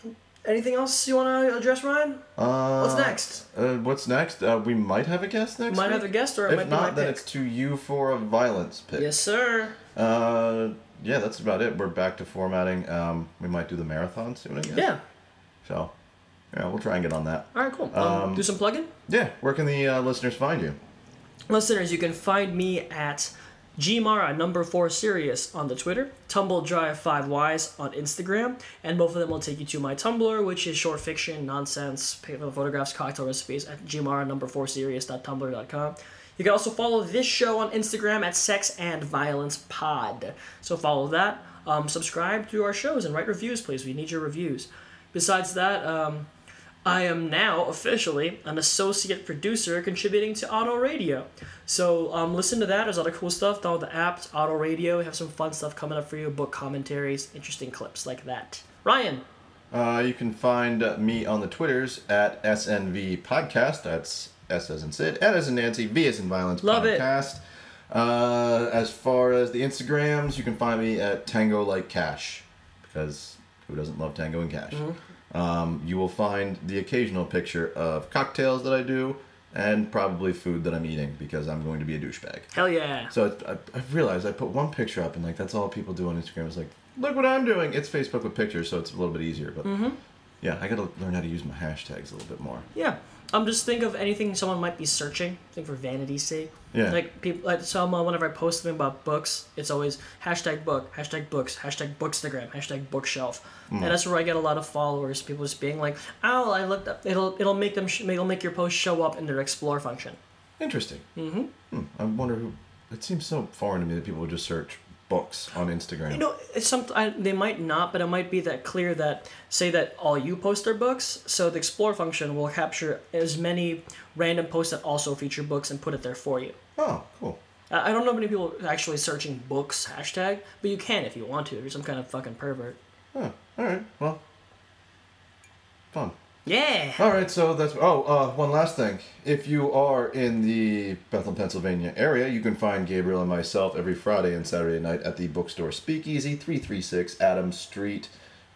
[SPEAKER 1] Anything else you want to address, Ryan?
[SPEAKER 2] uh,
[SPEAKER 1] What's next?
[SPEAKER 2] Uh, what's next? Uh, we might have a guest next.
[SPEAKER 1] Might
[SPEAKER 2] week.
[SPEAKER 1] have a guest, or it
[SPEAKER 2] If
[SPEAKER 1] might be
[SPEAKER 2] not,
[SPEAKER 1] my
[SPEAKER 2] then
[SPEAKER 1] pick.
[SPEAKER 2] it's to you for a violence pick.
[SPEAKER 1] Yes, sir.
[SPEAKER 2] Uh, yeah, that's about it. We're back to formatting. Um, we might do the marathon soon. I guess.
[SPEAKER 1] Yeah.
[SPEAKER 2] So, yeah, we'll try and get on that.
[SPEAKER 1] All right, cool. Um,
[SPEAKER 2] Um,
[SPEAKER 1] do some plugging.
[SPEAKER 2] Yeah. Where can the uh, listeners find you?
[SPEAKER 1] Listeners, you can find me at Gmara number four Sirius on the Twitter, Tumble Drive Five Ys on Instagram, and both of them will take you to my Tumblr, which is short fiction, nonsense, paper photographs, cocktail recipes at Gmara number four Sirius.tumblr.com. You can also follow this show on Instagram at Sex and Violence Pod. So follow that. Um, subscribe to our shows and write reviews, please. We need your reviews. Besides that, um, I am now officially an associate producer contributing to Auto Radio. So um, listen to that. There's other cool stuff. Download the app, it's Auto Radio. We have some fun stuff coming up for you book commentaries, interesting clips like that. Ryan,
[SPEAKER 2] Uh, you can find uh, me on the Twitters at SNV Podcast. That's S as in Sid, N as in Nancy, V as in Violence
[SPEAKER 1] Love it.
[SPEAKER 2] Podcast. Uh, as far as the Instagrams, you can find me at Tango Like Cash, because who doesn't love Tango and Cash?
[SPEAKER 1] Mm-hmm.
[SPEAKER 2] Um, you will find the occasional picture of cocktails that I do and probably food that I'm eating because I'm going to be a douchebag.
[SPEAKER 1] hell yeah.
[SPEAKER 2] So it, I, I realized I put one picture up, and like that's all people do on Instagram. It's like, look what I'm doing. It's Facebook with pictures, so it's a little bit easier. But
[SPEAKER 1] Mm-hmm.
[SPEAKER 2] yeah, I gotta learn how to use my hashtags a little bit more.
[SPEAKER 1] Yeah. Um, just think of anything someone might be searching. Think for vanity's sake.
[SPEAKER 2] Yeah.
[SPEAKER 1] Like people, like someone. Whenever I post something about books, it's always hashtag book, hashtag books, hashtag bookstagram, hashtag bookshelf, and that's where I get a lot of followers. People just being like, "Oh, I looked up." It'll it'll make them sh- it'll make your post show up in their explore function.
[SPEAKER 2] Interesting. Mm-hmm. I wonder who. It seems so foreign to me that people would just search books on Instagram.
[SPEAKER 1] You know, it's some I, they might not, but it might be that clear that say that all you post are books, so the explore function will capture as many random posts that also feature books and put it there for you.
[SPEAKER 2] oh, cool.
[SPEAKER 1] I I don't know many people actually searching books hashtag, but you can if you want to. If you're some kind of fucking pervert.
[SPEAKER 2] Huh. All right. Well, fun.
[SPEAKER 1] Yeah.
[SPEAKER 2] All right, so that's oh, uh, one last thing. If you are in the Bethlehem, Pennsylvania area, you can find Gabriel and myself every Friday and Saturday night at the bookstore Speakeasy, three three six Adams Street,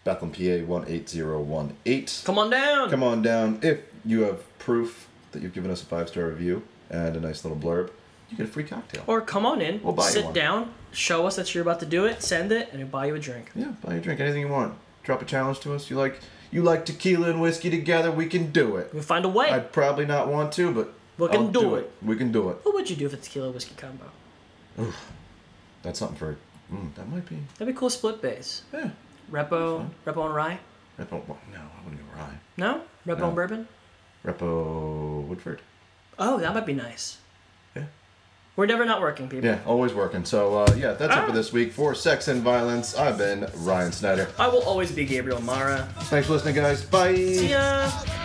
[SPEAKER 2] Bethlehem, PA one eight zero one eight.
[SPEAKER 1] Come on down.
[SPEAKER 2] Come on down if you have proof that you've given us a five star review and a nice little blurb. you get a free cocktail.
[SPEAKER 1] Or come on in,
[SPEAKER 2] We'll buy you
[SPEAKER 1] sit
[SPEAKER 2] one.
[SPEAKER 1] down, show us that you're about to do it, send it, and we'll buy you a drink.
[SPEAKER 2] Yeah, buy your drink, anything you want. Drop a challenge to us. You like you like tequila and whiskey together. We can do it.
[SPEAKER 1] We'll find a way.
[SPEAKER 2] I'd probably not want to, but
[SPEAKER 1] We can
[SPEAKER 2] I'll
[SPEAKER 1] do it.
[SPEAKER 2] We can do it.
[SPEAKER 1] What would you do if it's tequila whiskey combo?
[SPEAKER 2] That's something for. Mm, that might be.
[SPEAKER 1] That'd be cool split base.
[SPEAKER 2] Yeah.
[SPEAKER 1] Repo, Repo and rye?
[SPEAKER 2] I don't want. No, I wouldn't go rye.
[SPEAKER 1] No? Repo
[SPEAKER 2] No.
[SPEAKER 1] and bourbon?
[SPEAKER 2] Repo Woodford.
[SPEAKER 1] Oh, that might be nice.
[SPEAKER 2] Yeah.
[SPEAKER 1] We're never not working, people.
[SPEAKER 2] Yeah, always working. So uh, yeah, that's it for this week for sex and violence. I've been Ryan Snyder.
[SPEAKER 1] I will always be Gabriel Mara.
[SPEAKER 2] Thanks for listening, guys. Bye.
[SPEAKER 1] See ya!